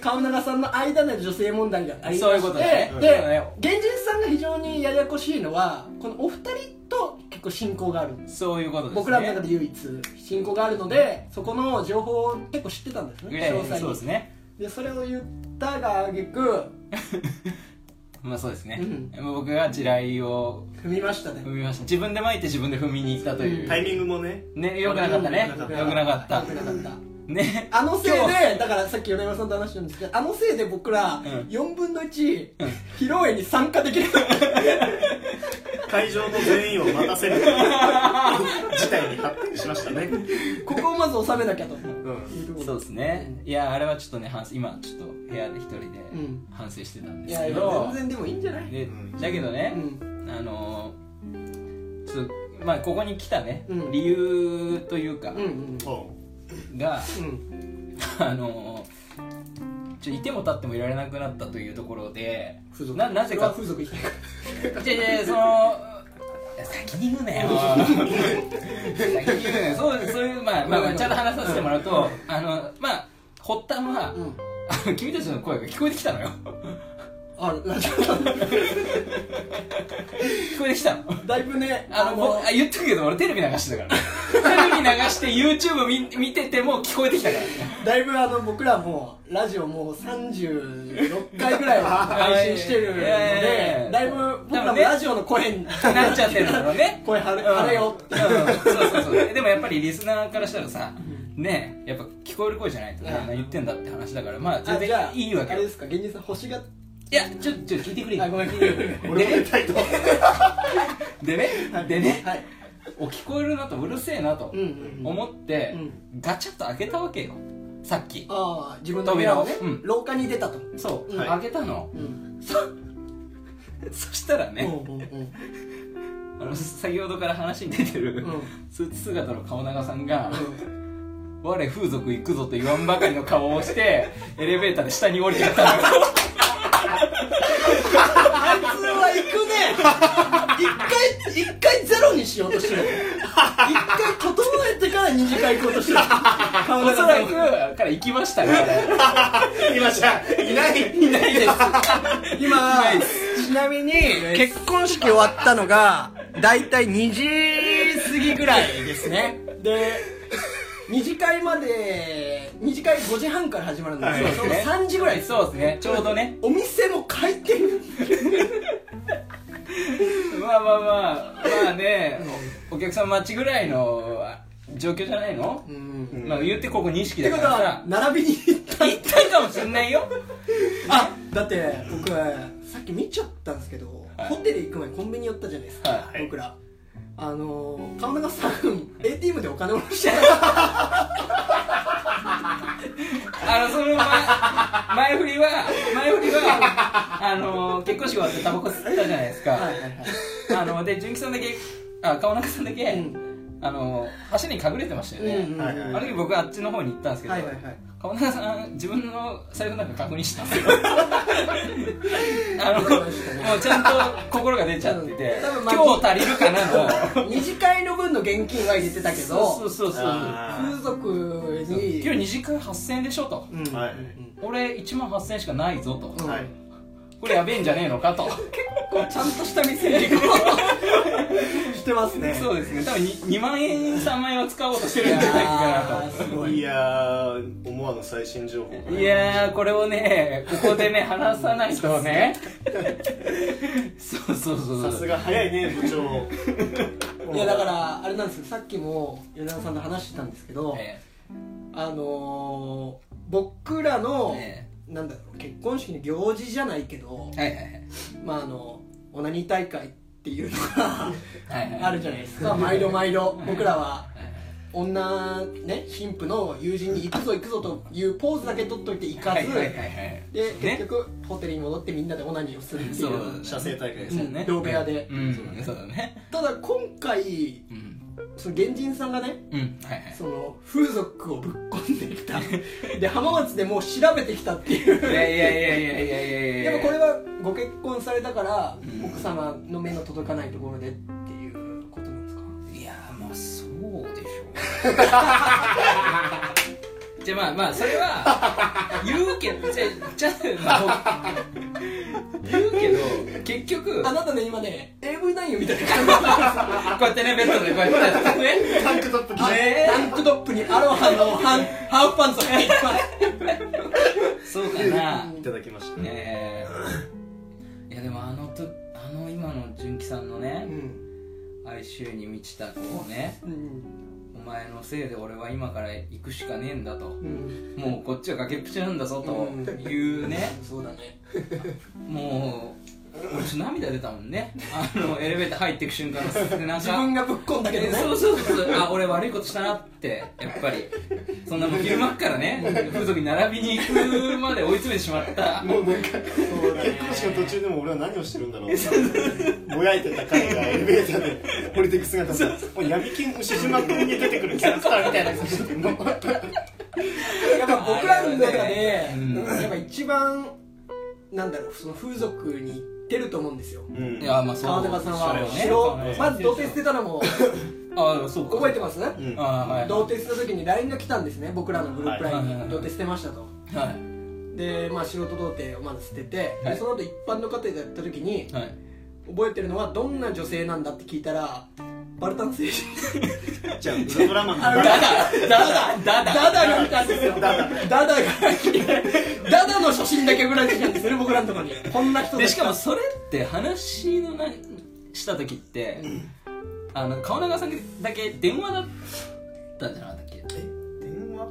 B: 顔長さんの間で女性問題がありまして
D: そういうことね
B: で
D: そうだ
B: で
D: よ
B: 現実さんが非常にややこしいのはこのお二人と結構親交があるんです
D: そういうことですね
B: 僕らの中で唯一親交があるのでそこの情報を結構知ってたんですね詳
D: ええ
B: 細
D: そう
B: に
D: ですね
B: でそれを言ったが挙句
D: まあそうですね
B: うん
D: 僕が地雷を
B: 踏みましたね
D: 踏みました自分で撒いて自分で踏みに行ったという
C: タイミングもね
D: ねよくなかったね
C: 良
D: よ
C: く
D: く
C: な
D: なかった
B: 良くなかった
D: ね
B: あのせい
D: 今日
B: でだからさっき米山さんと話してるんですけどあのせいで僕ら
D: うん
B: 4分の1披露宴に参加できなかった
C: 会場の全員を待たせる事態に発展しました ね
B: ここをまず収めなきゃと
C: ん
B: いうところ
D: そうですねいやあれはちょっとね反省今ちょっと部屋で一人で
B: ん
D: 反省してたん
B: い
D: です
B: や
D: け
B: いや
D: ど
B: 全然でもいいんじゃない
D: で
C: うん
D: だけど
B: う
D: ね、
B: ん
D: あのーちょっとまあここに来たね、
B: うん
D: 理由というか
B: うんうん
D: が、
B: うん
D: あのーちょいても立ってもいられなくなったというところで
B: 風俗
D: ななぜ
B: 俺は
D: か
B: 風俗行きたいから
D: いやいやいやその先に言うなよ先に言うなよそうそういうまあまあまあちゃんと話させてもらうと、あのまあ発端は、
B: うん
D: あの君たちの声が聞こえてきたのよ
B: あラジオ
D: 聞こえてきたの
B: だいぶね
D: あのぼあ言っとくけど俺テレビ流してたからテレビ流して YouTube 見見てても聞こえてきたから
B: だいぶあの僕らもうラジオもう36回ぐらいは配信してるの
D: いやいやい
B: で
D: や
B: だいぶ僕ら
D: 多
B: も
D: 分ね
B: ラジオの声に
D: なっちゃってるんだろうね
B: 声張れ
D: うん
B: 張れよ
D: うんそうそうそうでもやっぱりリスナーからしたらさねえやっぱ聞こえる声じゃないとね
B: うん
D: 言ってんだって話だからまあ
B: あ
D: 全
B: じゃ
D: 然
B: あ
D: いいわけ
B: あ
D: よ
B: れですか現実さん星が
D: いやちょちょ聞いてくれよ
B: あごめん
C: 俺も出たいと
D: でねでね
B: はい
D: お聞こえるなとうるせえなと
B: うんうんうん
D: 思って
B: う
D: ガチャッと開けたわけよさっき
B: ああ自分の部屋をね
D: 扉をうん
B: 廊下に出たと
D: そう
B: はい
D: 開けたの
B: うん
D: そしたらね
B: うんうん
D: あの先ほどから話に出てる、
B: うん
D: スーツ姿の顔長さんが「我風俗行くぞ」と言わんばかりの顔をしてエレベーターで下に降りてきたのよ
B: あいつは行くね一回一回ゼロにしようとしてる一回整えてから二次会行こう としてる 顔
D: お
B: 長
D: そ
B: さ
D: ら
B: ん
D: くから行きましたね
C: 今じゃいない
D: いないです
B: 今
D: いないで
B: ちなみに結婚式終わったのが大体2時過ぎぐらいですねで二次会まで二次会5時半から始まるんですよ、
C: はい
B: その3時ぐらい
D: そうですねちょうどね
B: お店も開店
D: まあまあまあまあねお客さん待ちぐらいの状況じゃないの、
B: うん
D: まあ言ってここ錦
B: って
D: だ
B: こ
D: か
B: と
D: ら
B: は
D: さ
B: 並びに行った
D: 行ったかもしんないよ
B: あだって僕さっき見ちゃったんですけど、
D: はい
B: ホテル行く前にコンビニ寄ったじゃないですか、
D: はい
B: 僕らあのー、川村さん ATM でお金下ろして
D: あのその前前振りは前振りはあの結婚式終わってタバコ吸ったじゃないですか、
B: はいはいはい
D: あので純喜さんだけあ川中さんだけ、
B: うん
D: あの橋に隠れてましたよね、
B: うんうんうん
C: はいはい
D: あの時僕はあっちの方に行ったんですけど、
B: はいはいはい
D: 川中さん自分の財布なんか確認したんですよ
B: わかりましたね
D: あのもうちゃんと心が出ちゃってて、
B: うん多分まあ
D: 今日足りるかなの
B: 二次会の分の現金は入れてたけど
D: そうそうそうそう
C: あ
B: 風俗に
D: 今日2時間8000円でしょと、
B: うん
C: はい
B: うん
D: 俺1万8000円しかないぞと、
B: うん
C: はい
D: これやべえんじゃねえの かと
B: こうちゃんとした店に行こうしてますね
D: そうですね多分 2, 万円3万円は使おうとしてるんじゃないか
B: あーすごい
C: いやー思わぬ最新情報
D: なといやーこれをねここでね話さないと ねそうそうそう
C: さすが早いね部長
B: いやだからあれなんですよさっきも米田さんと話してたんですけど、
D: え
B: あのー僕ら
D: え
B: の、
D: え
B: なんだろう結婚式の行事じゃないけど、
D: えはいはい
B: まああのオナニー大会っていうのが
D: はいはいはい
B: あるじゃないですか毎度毎度僕らは女ね新婦の友人に行くぞ行くぞというポーズだけ取っといて行か
D: はい
B: ず、
D: はいはいはい
B: で
D: ね
B: 結局、ホテルに戻ってみんなでオナニーをするってい
D: そう
B: う
D: だね
C: 射精大会です
D: そうだ
C: ね、
D: ね
B: 同部屋で
D: うんそうだねそうだね
B: ただ今回
D: うん
B: その原人さんがね
D: うんはいはい
B: その風俗をぶっ込んできたで浜松でもう調べてきたっていう
D: いやいやいやいやいやいやい
B: で
D: や
B: もこれはご結婚されたから、
D: うん
B: 奥様の目の届かないところでっていうことなんですか
D: いやまあそうでしょうじゃあまあまあそれは言うけどじゃあじゃあ、言うけど結局
B: あ
D: こ
B: なたね今ね AV 男優みたいな感
D: うやってねベッドでこうやってやってね
C: タンクトップ着
B: じ
C: て
B: でタンクトップにアロハのハンハーフパンツを履いてます
D: そうかない
C: ただきましたね
D: えーいやでもあのとあの今の純喜さんの
B: う
D: ね
B: ん
D: 哀愁に満ちたこうね
B: うん
D: お前のせいで俺は今から行くしかねえんだ
B: う
D: と
B: ん
D: もうこっちは崖っぷちなんだぞと
B: うん
D: いうね、
B: そうだね
D: もう俺ちょっと涙出たもんねあのエレベーター入ってく瞬間の背
B: 自
D: 中
B: 分がぶっ込んだけどね
D: そうそうそうそうあ俺悪いことしたなってやっぱりそんなもう昼間っからね風俗に並びに行くまで追い詰めてしまった
C: もうなんか
B: そうだね
C: 結婚式の途中でも俺は何をしてるんだろうってぼやいてた彼がエレベーターで降りていく姿もう闇金牛島君に出てくるキャラクターみたいな感じでもう
B: やっぱ僕らの中で、
D: うん
B: やっぱ一番なんだろうその風俗に行ってると思うんですよ
C: うん
D: いやまあそう
B: 川中さんは
D: そうね
B: 城、
D: そうね
B: まず童貞捨てたのも
D: あそうか
B: 覚えてますね、
C: うん
D: あはいはい
B: 童貞捨てた時に LINE が来たんですね僕らのグループ LINE に、
D: はいはいはい
B: 童貞捨てましたと
D: は
B: でまあ素人童貞をまず捨てて、
D: はい
B: でその後一般の方でやった時に
D: いはい
B: 覚えてるのはどんな女性なんだって聞いたらバルタン星人
C: じゃあウルトラマンの
B: ダ
C: バ
B: ダダダダダが来たんですよダダが来てダダの写真だけぐらい来たんですよね僕らのとこにこんな人
D: でしかもそれって話のなした時って、あの川中さんだけ電話だったんじゃなかったっけ
C: 電話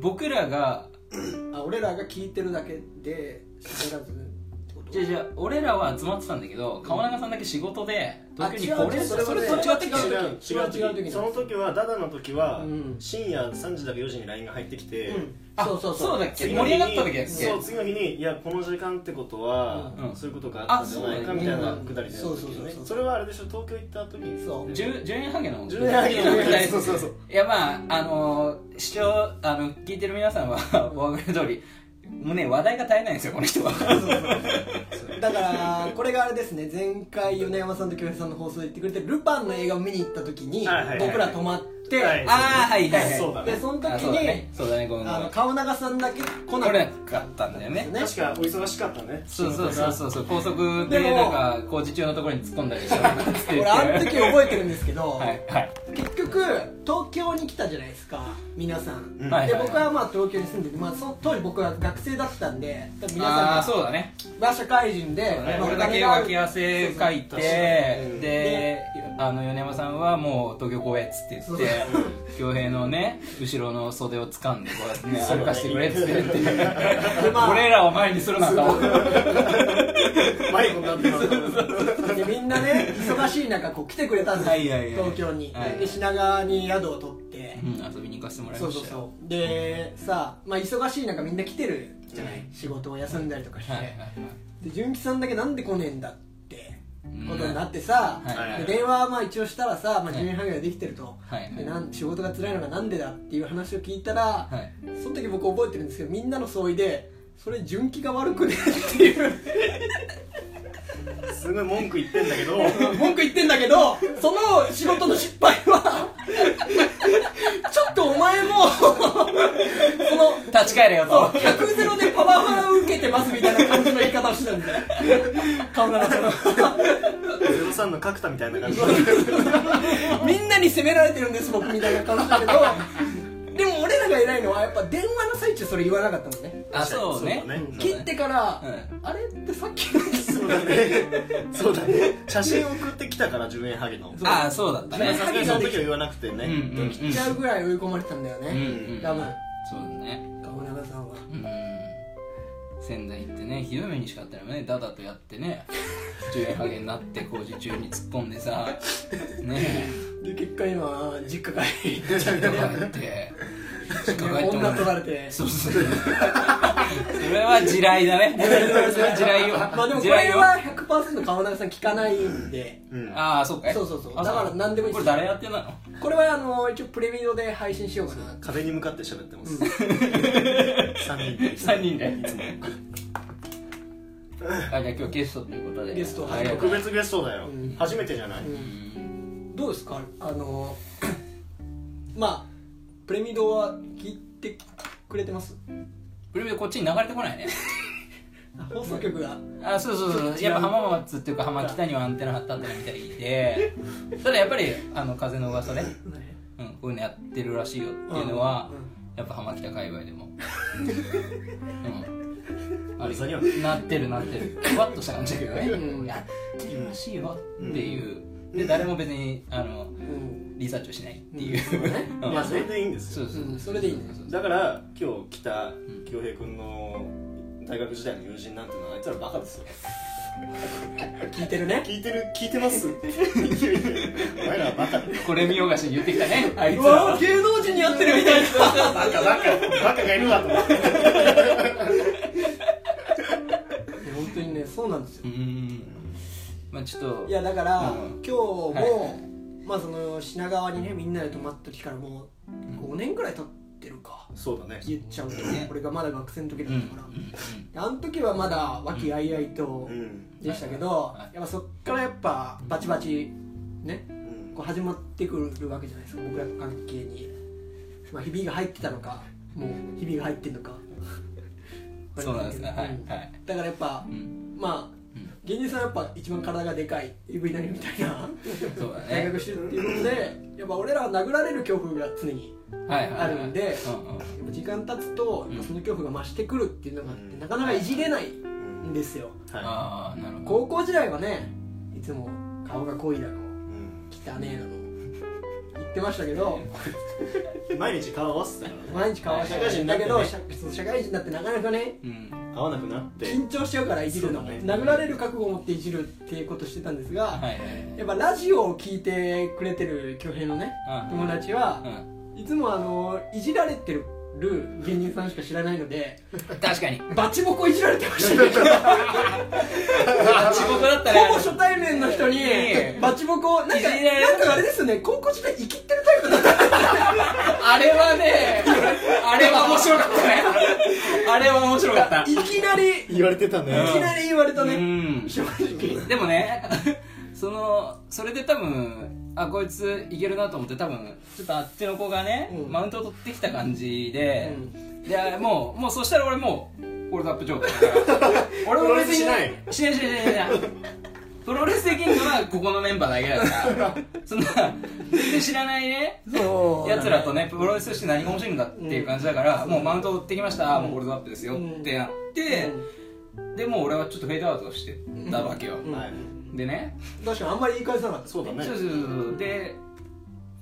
D: 僕らが
B: あ俺らが聞いてるだけで喋らずってこと
D: じゃあじゃあ俺らは集まってたんだけど川中さんだけ仕事で特に
B: あ違う
D: これ
B: 違う
D: それ
B: そ
D: そ
B: れ
D: れ
B: そ
D: と
B: れ
D: 違ってき
B: 違う
D: て
B: 時
C: 違う違う
B: 違う時
C: 時その時はダダの時は
B: うん
C: 深夜3時だか4時に LINE が入ってきて、
B: うん
D: あ
B: そうそう
D: そうだっけ
C: 次
D: 盛
C: の日
D: り上
C: に
D: がった時だっけ
C: そう次の日にいやこの時間ってことは、
D: うん
C: そういうことがあったんじゃないかみたいな
B: あそう
C: く
B: だね
C: だりでやった時
B: そうそうそうそう
C: それはあれでしょ東京行った時に
B: そう
D: 10, 10円ハゲの
C: 10円ハゲの
D: 大
C: そうそうそう
D: いやまああの視聴あの聞いてる皆さんはお分かりの通りもうね話題が絶えないんですよこの人は
B: だからこれがあれですね前回米山さんと京平さんの放送で言ってくれてルパンの映画を見に行った時に
C: はいはいはいはい
B: 僕ら泊まって、
C: はい
D: ああはいはいはい
C: そうだ
B: で
C: ね
B: その時
D: あそうだね
B: に
D: そうだねごめんご
B: あ
D: め
B: の
D: ん
B: 顔長さんだけ来な
D: 来
B: か
D: な
B: っ
D: かったんだよ
B: たね
D: ね
C: 確かお忙しかったね
D: そうそうそうそうそう高速
B: で
D: で
B: も
D: なんか工事中のところに突っ込んだりしたのかっつって言
B: 俺
D: って
B: あの時覚えてるんですけど、
D: はいはい
B: 結局東京に来たじゃないですか皆さん、
C: うん
D: はい
B: で僕はまあ東京に住んでて、まあ、その当時僕は学生だったんで多分皆
D: ああ
B: さん
D: そうだね
B: が社会人で、
C: い
B: まあ
D: 俺だ
B: お
D: け
B: 金がある
D: 脇汗かい
C: そうそう確か
D: て
C: に
D: であの米山さんはもう東京公へっつって言って恭平のね後ろの袖を掴んでこうやってね
C: そう
D: 歩かしてくれっつって言って
B: でまあ
D: 俺らを前にするなと
C: 迷子になってた
B: でみんなね忙しい中こう来てくれたんですよ、
D: はいはいはい
B: 東京に、
D: はい
B: で品川に宿を取って、
D: うん遊びに行かせてもらい
B: そ
D: ま
B: うそ
D: し
B: う
D: たよ
B: そうでさあ、まあ、忙しい中みんな来てるじゃない、仕事を休んだりとかして、
D: はいはいはい
B: で純喜さんだけなんで来ねえんだって
D: うん
B: ことになってさ、
D: はい
B: で電話はまあ一応したらさ、まあ、
D: い
B: 順位範囲ができてると、
D: はいはい
B: でなん仕事が辛いのがなんでだっていう話を聞いたら、
D: はい
B: その時僕覚えてるんですけどみんなの相違でそれ純喜が悪くねっていう
C: すごい文句言ってんだけ ど
B: 文句言ってんだけどその仕事の失敗はちょっとお前もその
D: 立ち返れよと
B: そう100ゼロでパワハラを受けてますみたいな感じの言い方をしてたんで顔ならさ
C: 03の角田みたいな感じで
B: みんなに責められてるんです僕みたいな感じだけどでも俺らがが偉いのはやっぱ電話の最中それ言わなかったもんね
D: あそうね
C: そうだね
B: 切ってから、
D: う
B: あれってさっきのやつ
C: そうだねそうだね写真送ってきたから10円ハゲの
D: ああそうだった
C: まあ
D: ね
C: さすがにその時は言わなくてね、
D: うんうん
B: 切っちゃうぐらい追い込まれてたんだよ
D: うんう
B: ね、
D: ん
B: 我慢
D: そうだね
B: 川永さんは
D: うん仙台行ってねひどい目にしかあったらねダダとやってね10円ハゲになって工事中に突っ込んでさね
B: で結果今実家帰り行っちゃ
D: え
B: う
D: と
B: よね
D: か言って引っかかってもら
B: 女
D: う
B: 取られ て
D: そうそうそうそれは地雷だねそれは地雷よ
B: まあでもこ
D: 地
B: れ
D: 雷よ
B: は100%川永さん聞かないんで
C: うん
D: ああそうかい
B: そうそうそう
D: あ
B: だから何でもいい
D: これ誰やってんの
B: これはあの一応プレビドで配信しようかな
C: 壁に向かって喋ってます、三3人で
D: 三人で
C: いつも
D: あじゃあ今日ゲストということで
B: ゲスト
D: ありがとう
C: 特別ゲストだよ、
B: うん
C: 初めてじゃない、
D: うん
B: どうですかあの まあプレミドは聞いてくれてます
D: プレビューこっちに流れてこないね
B: 放送局が
D: あそうそうそうやっぱ浜松っていうか浜北にはアンテナ張ったってみたいでただやっぱりあの風の噂で、うん、こういうのやってるらしいよっていうのは、
B: うんうん
D: やっぱ浜北界隈でもうんあれ
C: 噂には
D: なってるなってるふわっとした感じだけどね、
B: うん
D: やってるらしいよっていう、で誰も別にあの
B: うん
D: リサーチをしないっていう、
B: うんね
D: うん
C: まあそれでいいんです
D: そ
C: よ
D: うそうそう
B: うんそれでいいね
D: そうそう
C: だから今日来た
D: ん
C: 恭平君の大学時代の友人なんてのはあいつらバカですよ
B: 聞いてるね
C: 聞いてる聞いてます お前らはバカだ
D: これ見よがしに言ってきたねあいつ
B: う
D: ら
B: わ
D: は
B: ー芸能人にやってるみたいな
C: バカバカバカがいるわと思って
B: 本当にねそうなんですよ
D: うーんまあちょっと
B: いやだから、
D: うん
B: 今日も、
D: は
B: まあその品川にねみんなで泊まった時からもう5年ぐらい経ってるか
C: そうだね
B: 言っちゃうと
D: ね
B: 俺がまだ学生の時だったから、
D: うん
B: あの時はまだ和気あいあいと、
C: うん
B: でしたけど、
D: はい
B: やっぱそっからやっぱバチバチね
C: うん
B: こう始まってくるわけじゃないですか僕らの関係に、まあ、ひびが入ってたのかもうひびが入ってんのか
D: そうなんですねはい
B: うん
D: はい
B: だからやっぱ
D: うんうん
B: まあ
D: うん
B: 芸人さんはやっぱ一番体がでかい EV なりみたい な
D: そうだ
B: 大
D: ね
B: 学してるっていうことでやっぱ俺らは殴られる恐怖が常に
D: はいはいはい
B: あるんで
D: うんうん
B: やっぱ時間経つとやっぱその恐怖が増してくるっていうのがあってなかなかいじれないんですよ
C: は
D: ああなるほど
B: 高校時代はねいつも顔が濃いだろう
C: いうん
B: 汚ねえなの言ってましたけど
C: 毎日顔合わせてたからね
B: 毎日顔は社会人になるけど
C: はい
B: 社社会人だってなかなかね
D: うん
C: 合わなくなって
B: 緊張しちゃうからいじるの、
C: そうだね
B: 殴られる覚悟を持っていじるっていうことしてたんですが、
D: はいはいは
B: や
D: い
B: っぱラジオを聞いてくれてる挙兵のね
D: あ
B: 友達
D: う
B: は
D: ん
B: いつもあのいじられてる芸人さんしか知らないので
D: 確 かに
B: バチボコいじられてま したね
D: あ地獄だったね
B: ほぼ初対面の人に
D: ねえ
B: バチボコなんか
D: いじられる
B: なんかあれですよね高校時代生きってるタイプだった
D: あれはねあれは面白かったねあれは面白 かった
B: いきなりい
C: 言われてたね
B: きなり言われたね、
D: うん
B: 正直
D: でもねそのそれで多分あこいついけるなと思って多分ちょっとあっちの子がね、
B: うん
D: マウントを取ってきた感じで、でもうもうそしたら俺もうホールドアップ状態だから俺も別
C: プロ
D: に
C: レ
D: しないしないしないしないプロレスできるのはここのメンバーだけだからそんな全然知らないね
B: そう
D: やつらとねプロレスとして何が面白いんだっていう感じだから、もうマウントを取ってきました、もうホールドアップですよってやって、でもう俺はちょっとフェードアウトしてたわけよ、
B: うん
C: はい
D: でね
B: 確かにあんまり言い返さなかった
C: そうだね
D: そうそうそうそうで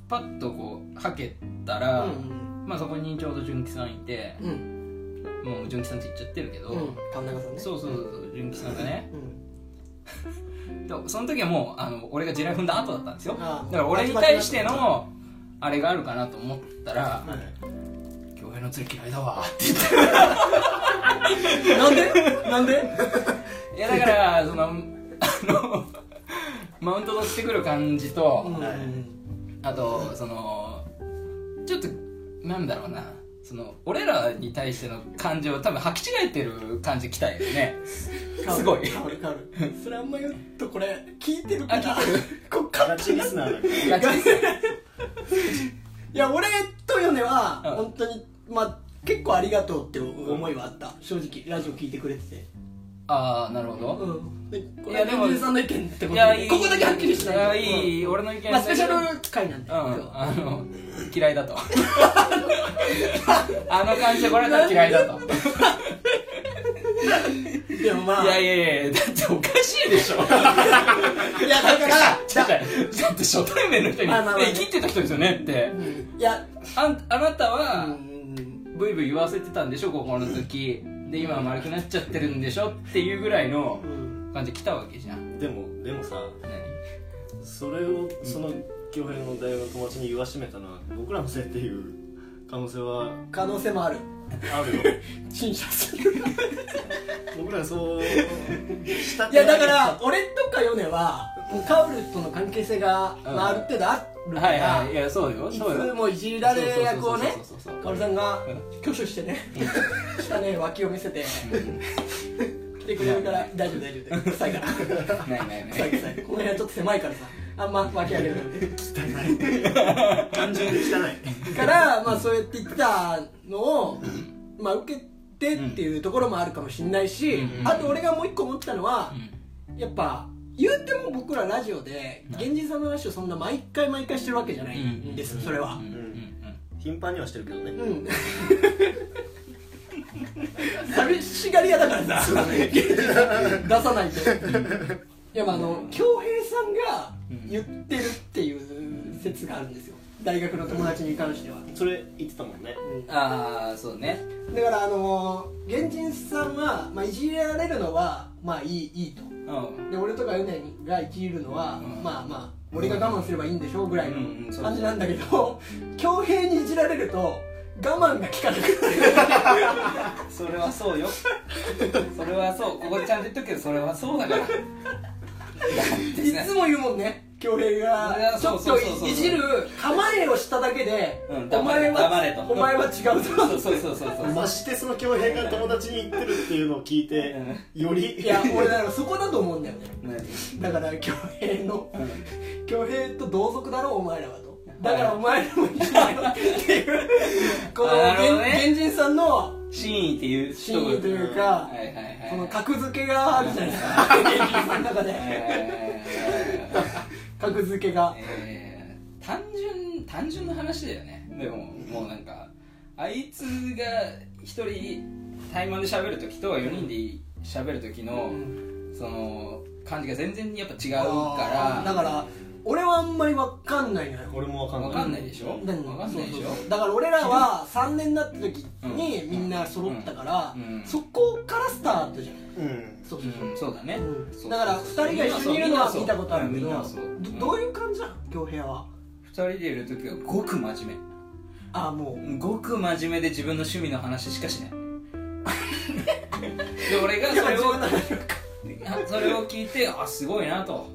D: パッとこうはけたら、
B: うん
D: まあそこにちょうど純喜さんいて、
B: うん
D: もう純喜さんって言っちゃってるけど、
B: うん神永さんね
D: そうそうそうそう純喜さんがね
B: うん
D: でその時はもうあの俺が地雷踏んだ後だったんですよだ
B: あ
D: か
B: あ
D: ら俺に対してのあれがあるかなと思ったら
C: はい
D: 「恭平の釣り嫌いだわ」って
B: なんでなんで
D: いやだからそのあのマウント取ってくる感じと、
B: うん
D: あとそのちょっとなんだろうなその俺らに対しての感情を多分履き違えてる感じで来たよねす ごい
B: 変わる変わるそれあんま言うとこれ聞いてるか
D: あ
B: ら
D: 聞いてる
B: こっか
C: ガチリスナーだから
D: ガチですよ
B: いや俺とヨネは
D: うん
B: 本当にまあ結構ありがとうって思いはあった正直ラジオ聞いてくれてて
D: ああなるほど、
B: うんでこ
D: い
B: れ
D: やでも
B: はレンジさんの意見ってこと
D: いや
B: で
D: いい
B: ここだけはっきりしない
D: いやいい、
B: うん
D: 俺の意見
B: まあスペシ
D: うん
B: ャル回なんで今日は
D: あの嫌いだと あの感じで来られたら嫌いだと
B: でもまあ
D: いやいやいやだっておかしい でしょ
B: いやだから
D: ちょっとだって初対面の人に「
B: まあまあまあ
D: ね生きてた人ですよね」って
B: うんいや
D: あんあなた
B: う
D: は
B: ん
D: ブイブイ言わせてたんでしょ高校の時で今は丸くなっちゃってるんでしょっていうぐらいの感じで来たわけじゃん
C: でもでもさ
D: 何
C: それをその恭平の大学の友達に言わしめたのは僕らのせいっていう可能性は
B: 可能性もある
C: あ るよ
B: 陳謝する
C: 僕らそうした
B: いやだから俺とかヨネはもうカオルとの関係性が、まあ、ある程度あるか
D: はい
B: ら、
D: はいいやそうよ
B: い
D: そう
B: つ
D: よ
B: もいじられ役をね
D: そうそうそうそうそう
B: カオルさんが挙手してね下ね脇を見せて来てくれるから大丈夫大丈夫臭いから
D: ないないな
B: 臭い
D: い
B: 臭いこの辺はちょっと狭いからさあんま脇上げる
C: 単純に汚
B: からまあそうやって言ってたのをまあ受けてっていうところもあるかもしれないし、
D: うん
B: あと俺がもう一個思ったのは
D: う、ん
B: やっぱ言うても僕らラジオで源氏さんの話をそんな毎回毎回してるわけじゃないんです、それは
D: うんうんうん
C: い頻繁にはしてるけどね、
B: うん寂しがり屋だからさ源氏さん出さないといやまああの恭平さんが言ってるっていう説があるんですよ大学の友達に関しては、
C: それ言ってたもんね
B: うん
D: ああそうね
B: だからあのー、源人さんは、まあ、いじられるのはまあいいいいと
D: うん
B: で俺とかヨネが生きるのは、
D: うん
B: まあまあ俺が我慢すればいいんでしょうぐらいの
D: うんうんそう
B: 感じなんだけど恭平にいじられると我慢が効かなくなる
D: それはそうよそれはそうここちゃんと言っとくけどそれはそうだからだって
B: いつも言うもんね恭平
D: いや
B: がち
D: そ
B: ょ
D: う
B: っ
D: そ
B: と
D: うそうそう
B: いじる構えをしただけで、
D: うん
B: お前は
D: 黙れと
B: お前は違う
D: そう
B: と
D: そうそうそうそう
C: ましてその恭平が友達に言ってるっていうのを聞いてより
B: いや俺だからそこだと思うんだよね
D: 何
B: だから恭平の
D: うん
B: 恭平と同族だろお前らはとだからお前らも一緒だよっていうこの
D: あなるほどね
B: 源源人さんの
D: 真意っていう
B: 真
D: 人が
B: 意というか
D: はいはいはい
B: この格付けがあるじゃないですか源人さんの中で
D: え
B: 格付け
D: ー
B: が
D: えー単純単純な話だよねでももうなんかあいつが一人対マンで喋る時と4人で喋る時のその感じが全然やっぱ違うから
B: あーだから俺はあんまりわかんないのよ
C: 俺もわかんない
D: わかんないでしょわ
B: でも
D: かんないでし
B: そうそうそ
D: ょ
B: うだから俺らは3年になった時に
D: うん
B: みんな揃ったから、
D: うんうん
B: そこからスタートじゃん
C: うん
B: そう
D: う
B: そうそうん
D: そうだねそう
B: だから2人が一緒にいるのは見たことあるけど
D: みんなそう
B: どどういう感じなの恭平は
D: 2人でいる時はごく真面
B: ああもう
D: 目ごく真面目で自分の趣味の話し かしないで俺がそれをそれを聞いてあすごいなと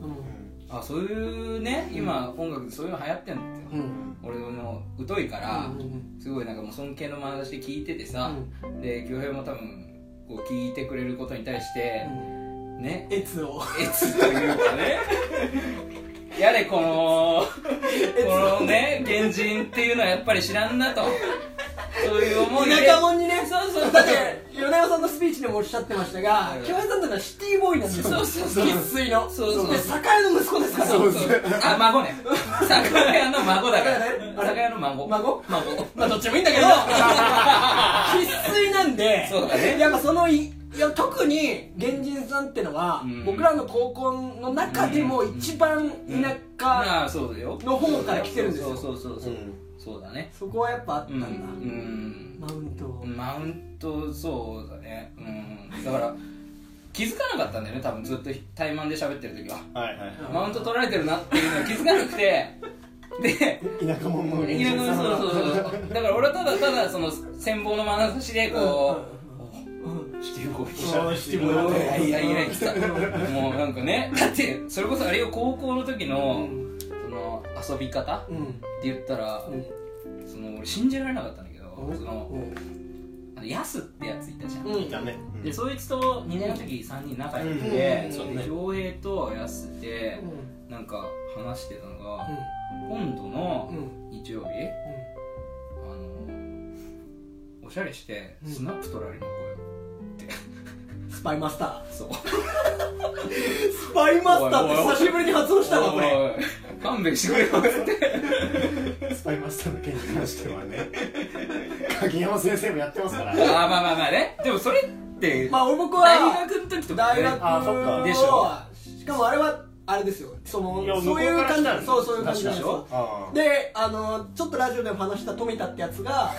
D: あそういうね今音楽でそういうの流行ってんだよ、
B: うん
D: 俺も疎いから、
B: うんうんうん
D: すごいなんかもう尊敬の眼差しで聞いててさ、で恭平も多分こう聞いてくれることに対して、ね
B: エツ を
D: エツというかねやれこのこのね原人っていうのはやっぱり知らんなとそういう思いで
B: 田舎者にね
D: そうそう
B: だって米山さんのスピーチにもおっしゃってましたが
D: うん
B: 京平さんってのはシティボーイなんですよ
D: そうそうそう
B: 生粋の
D: そうそう
B: で栄の息子ですから
D: そうそうあ孫ね酒屋の孫だから
B: 酒屋ねあれ
D: 酒屋の孫
B: 孫
D: 孫
B: まあどっちもいいんだけど 生粋なんで
D: そうだね
B: やっぱそのいいや特に原人さんってのは
D: うん
B: 僕らの高校の中でも一番田舎
D: まあそうだよ
B: の方から来てるんですよ
D: そうそうそうそううんそうだね
B: そこはやっぱあった
D: うん
B: んだ
D: うん
B: マウントを
D: マウントそうだねうんだから気づかなかったんだよね多分ずっと対マンで喋ってる時は
C: はいはい
D: マウント取られてるなっていうのは気づかなくてで
C: 田舎者の
D: いやそうそうそうだから俺はただただその羨望の眼差しでこ
B: うんうんうん
D: うしていこう
C: そうしても
D: い
C: らおう
D: やいやいやいやもうなんかねだってそれこそあれよ高校の時のその遊び方って
B: うん
D: 言ったら
B: うん
D: その俺信じられなかったんだけど
B: うん
D: そのあのヤスってやついたじゃん
B: うん
C: いたね
D: でそいつと2年の時3人仲良くて
B: うん
D: そう
C: うん
D: で翔平とヤスで
B: う
D: なんか話してたのが
B: ん
D: 今度
B: う
D: の
B: ん
D: 日曜日あのおしゃれして
B: うん
D: スナップ取られるのこうよ
B: スパイマ スター
D: そう
B: スパイマスターって久しぶりに発音したなこれ
D: おいおい勘弁してくれよって
E: スパイマスターの件に関しては ね鍵山先生もやってますから
D: あーまあまあまあねでもそれって
B: まあ僕
D: 大
B: は
D: 学の時とか
B: 大
D: ね
B: 学
E: あそっか
B: を
D: でしょ
B: しかもあれはあれですよその
E: いや
B: そういう
E: 向こうからし
B: 感じ
E: たらね
B: そうそういう感じなんですよ
E: 確かに
B: であのちょっとラジオでも話した富田ってやつ が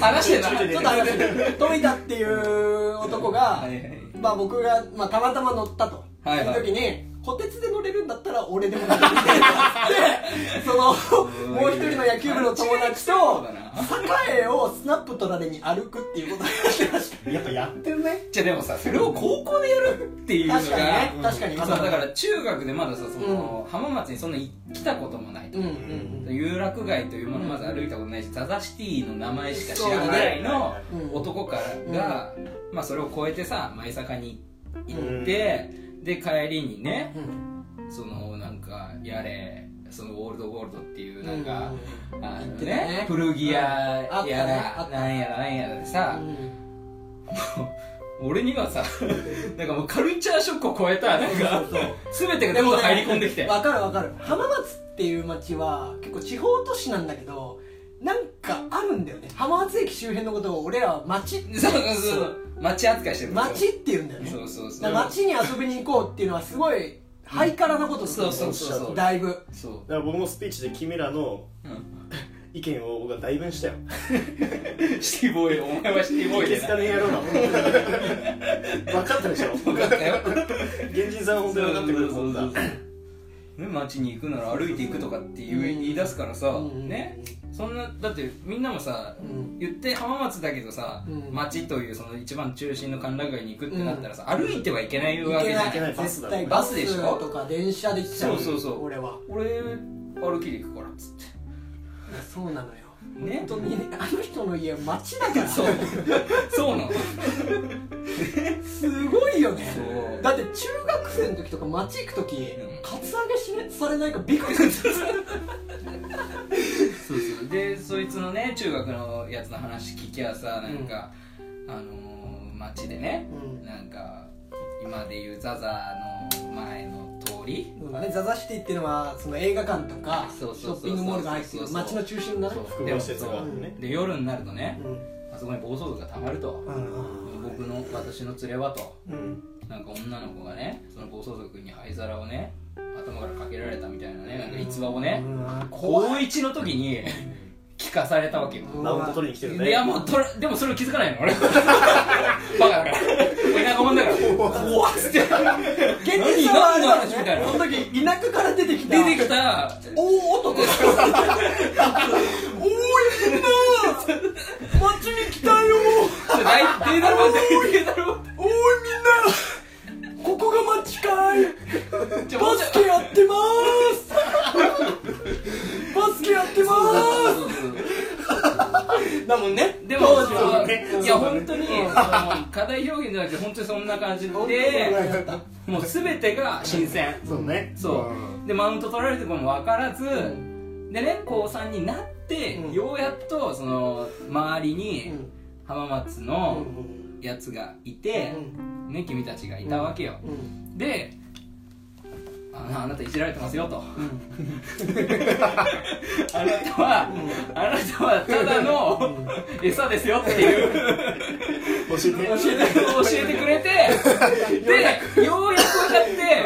D: 話してな
E: ちょ
D: か
E: っ
D: っ
E: と
D: た
E: 出
B: ち
E: てる
B: ょっとあれですね富田っていう男が
D: はいはい
B: まあ僕が、まあ、たまたま乗ったと、
D: はいはい
B: その時に「虎鉄で乗れるんだったら俺でも乗れる」って言 ってそのもう一人の野球部の友達
D: そう
B: と
D: だな
B: 栄をスナップ取られに歩くっていうことをやってま した
E: やっぱやってるね
D: じゃあでもさそれを高校でやるっていうのが
B: 確かにね確かに
D: そうだから中学でまださその、浜松にそんなに来たこともないと
B: うんうんうん
D: 有楽街というものまず歩いたことないしザザシティの名前しか知らないぐらいの
B: うん
D: 男からが、まあ、それを超えてさ舞坂に行って、で帰りにね
B: うん
D: そのなんかやれそのオールドゴールドっていうなんか、あ
B: 行
D: の
B: ってたね
D: ね古着屋
B: あったね
D: や
B: あ
D: ら
B: った
D: なんやらなんやらでさ、俺 にはさなんかもうカルチャーショックを超えたなんか
B: そうそう
D: 全てがどんどん入り込んできて、
B: わかるわかる浜松っていう町は結構地方都市なんだけどなんかあるんだよね浜松駅周辺のことを俺らは町って
D: そうそうそう街扱いしてる
B: 町って言うんだよね
D: そうそうそう
B: だから街に遊びに行こうっていうのはすごいハイカラなことする
D: そうそうそうそう
B: だいぶ
D: そう
E: だから僕もスピーチで君らの
D: うん
E: 意見を僕は代弁したよ
D: シティボーイお前はシティボーイ
E: ケ
D: で
E: ツ
D: な
E: カネ野郎だ 分かったでしょ
D: 分かったよ
E: 現人さんは本当に分かってくれるもんだ
D: そうそうそうね街に行くなら歩いて行くとかって言う
B: うん
D: 言い出すからさ
B: うん
D: ねそんなだってみんなもさ
B: うん
D: 言って浜松だけどさ
B: うん
D: 街というその一番中心の観覧街に行くってなったらさ歩いてはいけない
B: 行
D: わけ
B: け
D: じゃ
B: ない
D: ん
E: けない
B: 絶対
D: バスだもんね
B: バスとか電車で来ちゃう
D: そうそうそう
B: 俺は
D: 俺歩きで行くからっつって
B: そうなのよ
D: ね
B: 本当にあの人の家は町だから
D: そうそうなの
B: すごいよね
D: そう
B: だって中学生の時とか街行く時、
D: うん
B: カツアゲしねされないかビクビクする
D: そうそうでそいつのね中学のやつの話聞きゃさなんか、あのー、街でね
B: うん
D: なんか今でいうザザの前の通り
B: そうだねザザシティっていうのはその映画館とかシ
D: そう
B: ョ
D: そうそう
B: ッピングモールが入って
D: そ
B: る
D: うそう
B: 街の中心だね
D: そう
E: 複合施設があってね
D: で夜になると
B: う
D: ね
B: ん
D: あそこに暴走族がたまると
B: うん
D: 僕の私の連れはと
B: うん
D: なんか女の子がねその暴走族に灰皿をね頭からかけられたみたいなねなんか逸話をね
B: うん
D: 高一の時に聞かされたわけよ
B: うん
E: ラウンド取りに来てるね
D: いやもうとらでもそれを気づかないの俺 バカだから俺仲間だから怖っつって
B: 現実はあれだ
D: 何の話みたい
B: ね
D: な
B: その時田舎から出てきた
D: 出て きた
B: 大男だおいみんな 街に来たよ
D: 大データロボデータロ
B: おいみんなここが街かい
D: ボちょも
B: バ
D: うちょ
B: スケやってますバスケやってま
D: そう
B: ー
D: そうそう
B: すだもんね
D: でも
B: 当時
D: そ
B: は
D: う
B: ね
D: いや本当にその課題表現じゃなくて本当にそんな感じで
B: だった
D: もう全てが新鮮
E: そうね
D: そ
E: ん
D: うでマウント取られてることも分からずでね高3になって
B: うん
D: ようやっとその周り
B: う
D: に
B: ん
D: 浜松
B: う
D: の
B: ん
D: やつがいて、ね、君たちがいたわけよ、
B: うん
D: であのあなたいじられてますよとあなたは、あなたはただの餌ですよっていう
E: 教えて
D: 教えて教えて くれてでようやく分か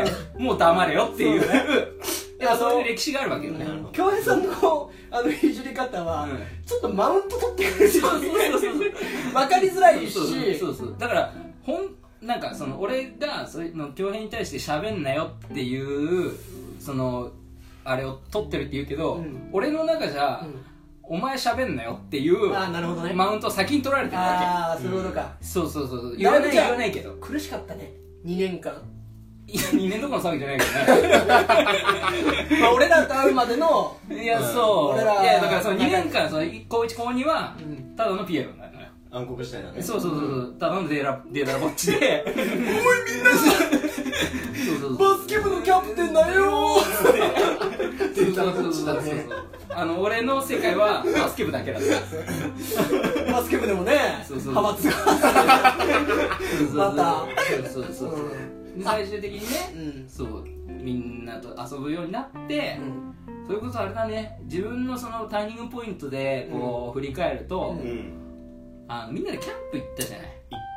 D: ってもう黙れよっていういやそういう歴史があるわけよね
B: 京平さんのあのいじり方は
D: うん
B: ちょっとマウント取ってくれて
D: そうそうそうそう
B: わかりづらいし
D: そうそうそうそうだからほんなんかその俺がそれの恭平に対して喋んなよっていうそのあれを取ってるって言うけど、
B: うん
D: 俺の中じゃ、
B: うん
D: お前喋んなよっていう
B: あーなるほどね
D: マウントを先に取られてるわ
B: ああそういうことか
D: けそうそうそう言わない言わないけど
B: 苦しかったね2年間
D: いや2年どころの騒ぎじゃないけど ね
B: まあ俺らと会うまでの
D: いや、そう。
B: 俺ら
D: いや、だからその2年間、その高1、高2は
B: うん、
D: ただのピエロになるのよ。
C: 暗黒時代だね
D: そうそうそうそう、ただのデーラ、デーラぼっちで。おい、みんな そうそうそう。
B: バスケ部のキャプテンだよ
D: そうそうそうそうそう。あの、俺の世界はバスケ部だけだった。
B: バスケ部でもね
D: そうそう
B: 派閥が
D: そうそ う
B: また
D: そうそうそうそうで最終的にね
B: うん
D: そうみんなと遊ぶようになって、
B: うん
D: それこそあれだね自分のそのターニングポイントでこう、振り返ると、
B: うん
C: うん
D: あのみんなでキャンプ行ったじゃない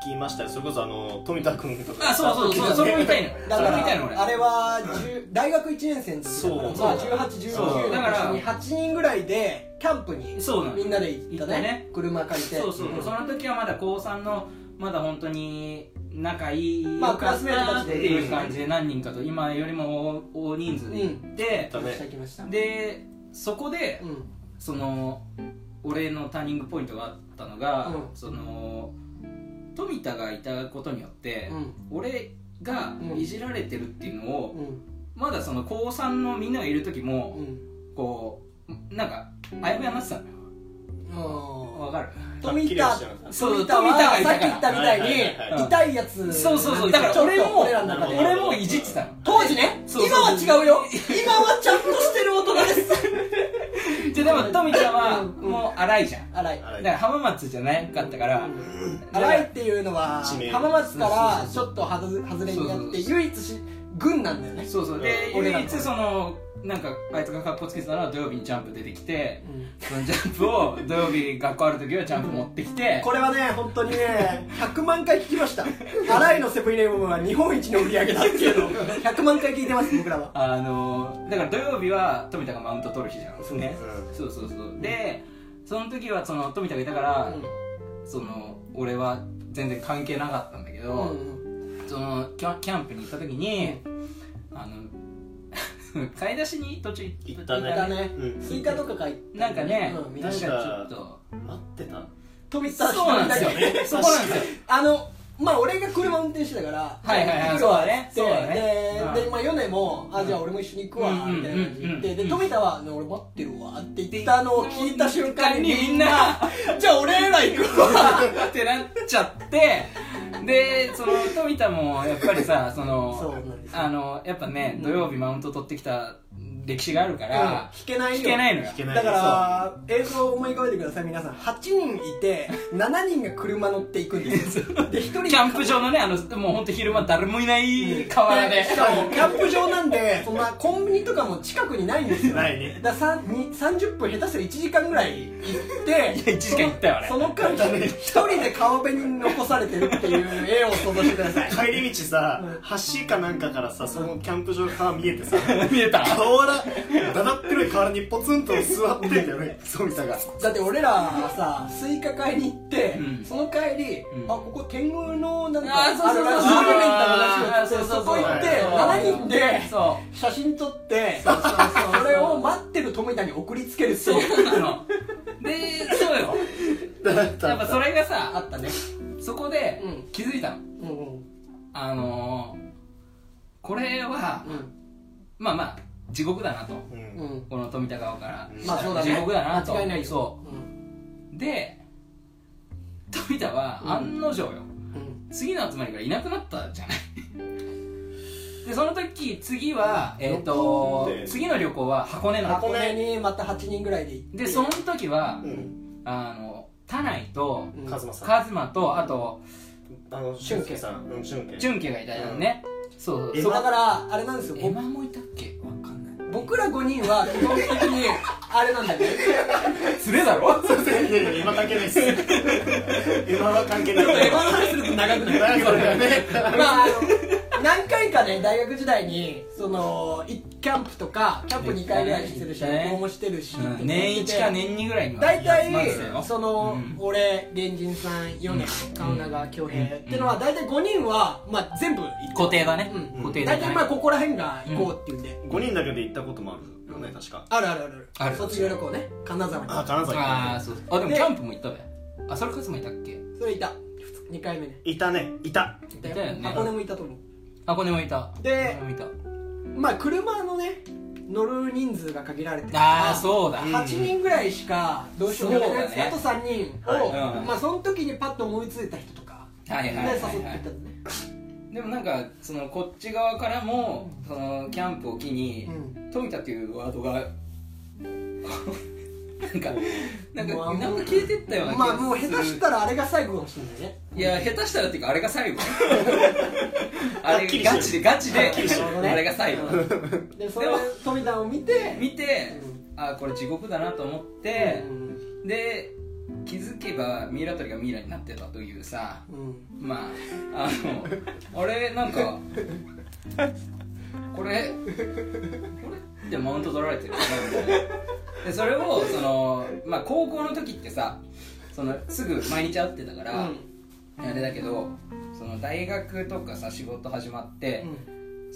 C: 行きましたよそれこそあの富田君とか
D: あそうそうそうそれも見たいの
B: だ
D: そ
B: か
D: れも見たいの俺
B: らあれは10大学1年生の時だから
C: そう
B: まあ、1819
C: そう
D: だから
B: の時に8人ぐらいでキャンプに
D: そうなの
B: みんなで行ったね
D: 行ったね
B: 車借りて
D: そうそう、
B: ん
D: その時はまだ高3のまだ本当に仲いい
B: まあ
D: 良かった
B: クラスメートたち
D: って
B: で
D: いう感じで何人かと今よりも大大人数で行って、
C: だ
B: 来ました
C: ね
B: 来ました
D: でそこで、
B: うん
D: その俺のターニングポイントがあったのが、
B: うん
D: その富田がいたことによって、
B: うん
D: 俺がいじられてるっていうのを、
B: うん
D: まだその高3のみんながいる時
B: う
D: も、
B: ん
D: こうなんかあやふやになってたのよ
B: うん
D: わかる
B: 富田
D: そ
B: 富
D: う
B: 田は
D: 富田がい
B: さったき
D: か
B: 言
D: ら
B: ったみたいに、
C: はいはいはい
D: はい
B: 痛いやつ
D: そうそうそうだから
B: ちょっと
D: 俺も
B: 俺らの中で
D: 俺もいじってたの
B: 当時ね
D: そうそう
B: 今は違う よ今はちゃんとしてる大人です
D: ででも富田は
B: うんうん
D: もう 荒いじゃん
B: 荒い
C: 荒
D: だ
C: い
D: から浜松じゃなかったから、
B: 荒いっていうのは
C: 地名
B: 浜松からちょっとはず外れになって
D: そうそうそう
B: 唯一し軍なんだよね
D: そうそうで
B: うん俺ら
D: 唯
B: の
D: 一そのなんかあいつが格好つけてたのは土曜日にジャンプ出てきてそのジャンプを土曜日学校ある時はジャンプ持ってきて
B: これはね本当にね100万回聞きま した荒いのセブンイレブンは日本一の売り上げだっていう のを100万回聞いてます僕らは
D: あのーだから土曜日は富田がマウント取る日じゃん
B: そうね
D: そうそうそうでその時はその富田がいたから、
B: う
D: その俺は全然関係なかったんだけ
B: ん
D: ど、そのキャキャンプに行った時に、あの 買い出しに途中
C: 行ったね
B: だね
C: うん
B: スイカとか買い
D: なんかね、
B: うん
D: なんかちょっ
C: 確
D: と
C: 待ってた
B: 飛び立
D: そうなんですよそこなんですよ
B: あのまあ俺が車運転してたから
D: はいはいはい
B: 行くわ
D: そうだね
B: って
D: そうだね
B: で
D: う
B: で
D: ん
B: まあ米もあじゃあ俺も一緒に行くわ
D: うん
B: みたいな感じで言って
D: うんうん
B: で
D: うん
B: 富田はね俺待ってるわって言ったのを聞いた瞬間に
D: みんな
B: じゃあ俺ら行くわ
D: ってなっちゃってでその富田もやっぱ りさその
B: そうなんですよ
D: あのやっぱね土曜日マウント取ってきた歴史があるか
B: うん弾
D: ら、
B: けないよ
D: 引けないのよ
C: 弾けない
B: だから映像を思い浮かべてください皆さん8人いて7人が車乗っていくんです よで1人
D: キャンプ場のねあのもう本当昼間誰もいない河原で、
B: しかもキャンプ場なんでそんなコンビニとかも近くにないんですよ
C: ないね
B: だからさに30分下手したら1時間ぐらい行 って
D: 1時間行ったよあれ
B: その間一人で川辺に残されてるっていう絵を想像してください
C: 帰り道さ
B: うん
C: 橋かなんかからさそのキャンプ場から見えてさ
D: 見えた
C: 河原だだっ広い河原にポツンと座ってんだよねそうみたいが
B: だって俺らさスイカ買いに行って、
D: うん
B: その帰り、
D: うん
B: あここ天狗のなん
D: あーそ
B: か
D: うそうそ
B: ある
D: う
B: らしい
D: あ
B: モ
D: ー
B: ニュメントの話をして
D: そうそうそう
B: そこ行って
D: はい
B: 7人で
D: そ
B: 写真撮って
D: うそうそうそう
B: それを待ってる富田に送りつけるって
D: そ
B: いう
D: うなのでそうよ
C: だった
D: やっぱそれがさ
B: あったね
D: そこで
B: うん
D: 気づいたの、
B: うんうん
D: あのー、これは、
B: うん
D: まあまあ地獄だなと
C: うん
B: うん
D: この富田川から
B: まあそうだね
D: 地獄だなと
B: 間違いない
D: そ
B: うん
D: うで富田は
B: うん
D: 案の定よ、
B: うん
D: 次の集まりからいなくなったじゃないでその時次は、えっと
C: 旅行で
D: 次の旅行は箱根なの
B: 箱根にまた8人ぐらいで行って
D: でその時は、
C: うん
D: あの田内と
B: うん
C: カズマさん
D: カズマとあと
C: あの俊介さんうん俊
D: 純家がいたよね、そうそう
C: え
D: そ
B: そう
D: こ
B: だからあれなんですよ
D: エマもいたっけわかんない
B: 僕ら5人は基本的にあれなんだよね
D: 連れだろ
C: いやいや今だけです今は関係ない
B: エマの話すると長くなる
C: 長くなるよね
B: まあ、あの何回かね大学時代にそのいキャンプとかキャンプ2回ぐらいしてるし
D: 行ったね
B: 旅行もしてるし、
D: うん年一か年二ぐらいには
B: 大体
D: 集まってたよ
B: その、
D: うん
B: 俺源人さん米
D: うん
B: 川永恭平、
D: うん
B: ってのは大体5人は、まあ、全部行って
D: 固定だね、
B: うん
D: 固定だ
B: 大体
D: ね
B: まあここら辺が行こうっていうんで、
C: 5人だけで行ったこともあるよね確か
B: あるあるある
D: ある
B: 卒業旅行ね金沢に
C: あ金沢
D: ああ
C: 行っ
D: そうあでも
B: で
D: キャンプも行ったべあそれカズマいたっけ
B: それいた2回目ね
C: たいたねいた
B: い
D: いたよね
B: 箱根もいたと思う
D: 箱根もいた
B: で
D: 箱根もいた
B: まあ車のね乗る人数が限られてるから
D: ああそうだ、
C: うん
B: 8人ぐらいしかどうしようもないやつ、
D: そうだ
B: あ
D: ね
B: と3人を、
D: はいうん
B: まあ、その時にパッと思いついた人とか
D: はい
B: で
D: はいはい、
B: 誘ってい
D: は
B: った
D: い
B: のね、
D: でもなんかそのこっち側からもそのキャンプを機に
B: う
D: 「富田」っていうワードがこうなんかなんか
B: まあ
D: なんか消えてったような気が
B: まあもう下手したらあれが最後かもしれないね
D: いや下手したらっていうかあれが 最後あ
C: は
D: れ
C: っきりしてる
D: ガチでガチで
B: はっきりしてるね
D: あれが最後
B: でそれ富田を見て
D: 見てあこれ地獄だなと思って
B: うん
D: で気づけばミイラ取りがミイラになってたというさ
B: うん
D: まああのあれなんかこれこれってマウント取られてるよねみたいなでそれをその、まあ、高校の時ってさそのすぐ毎日会ってたから、あれだけどその大学とかさ仕事始まって、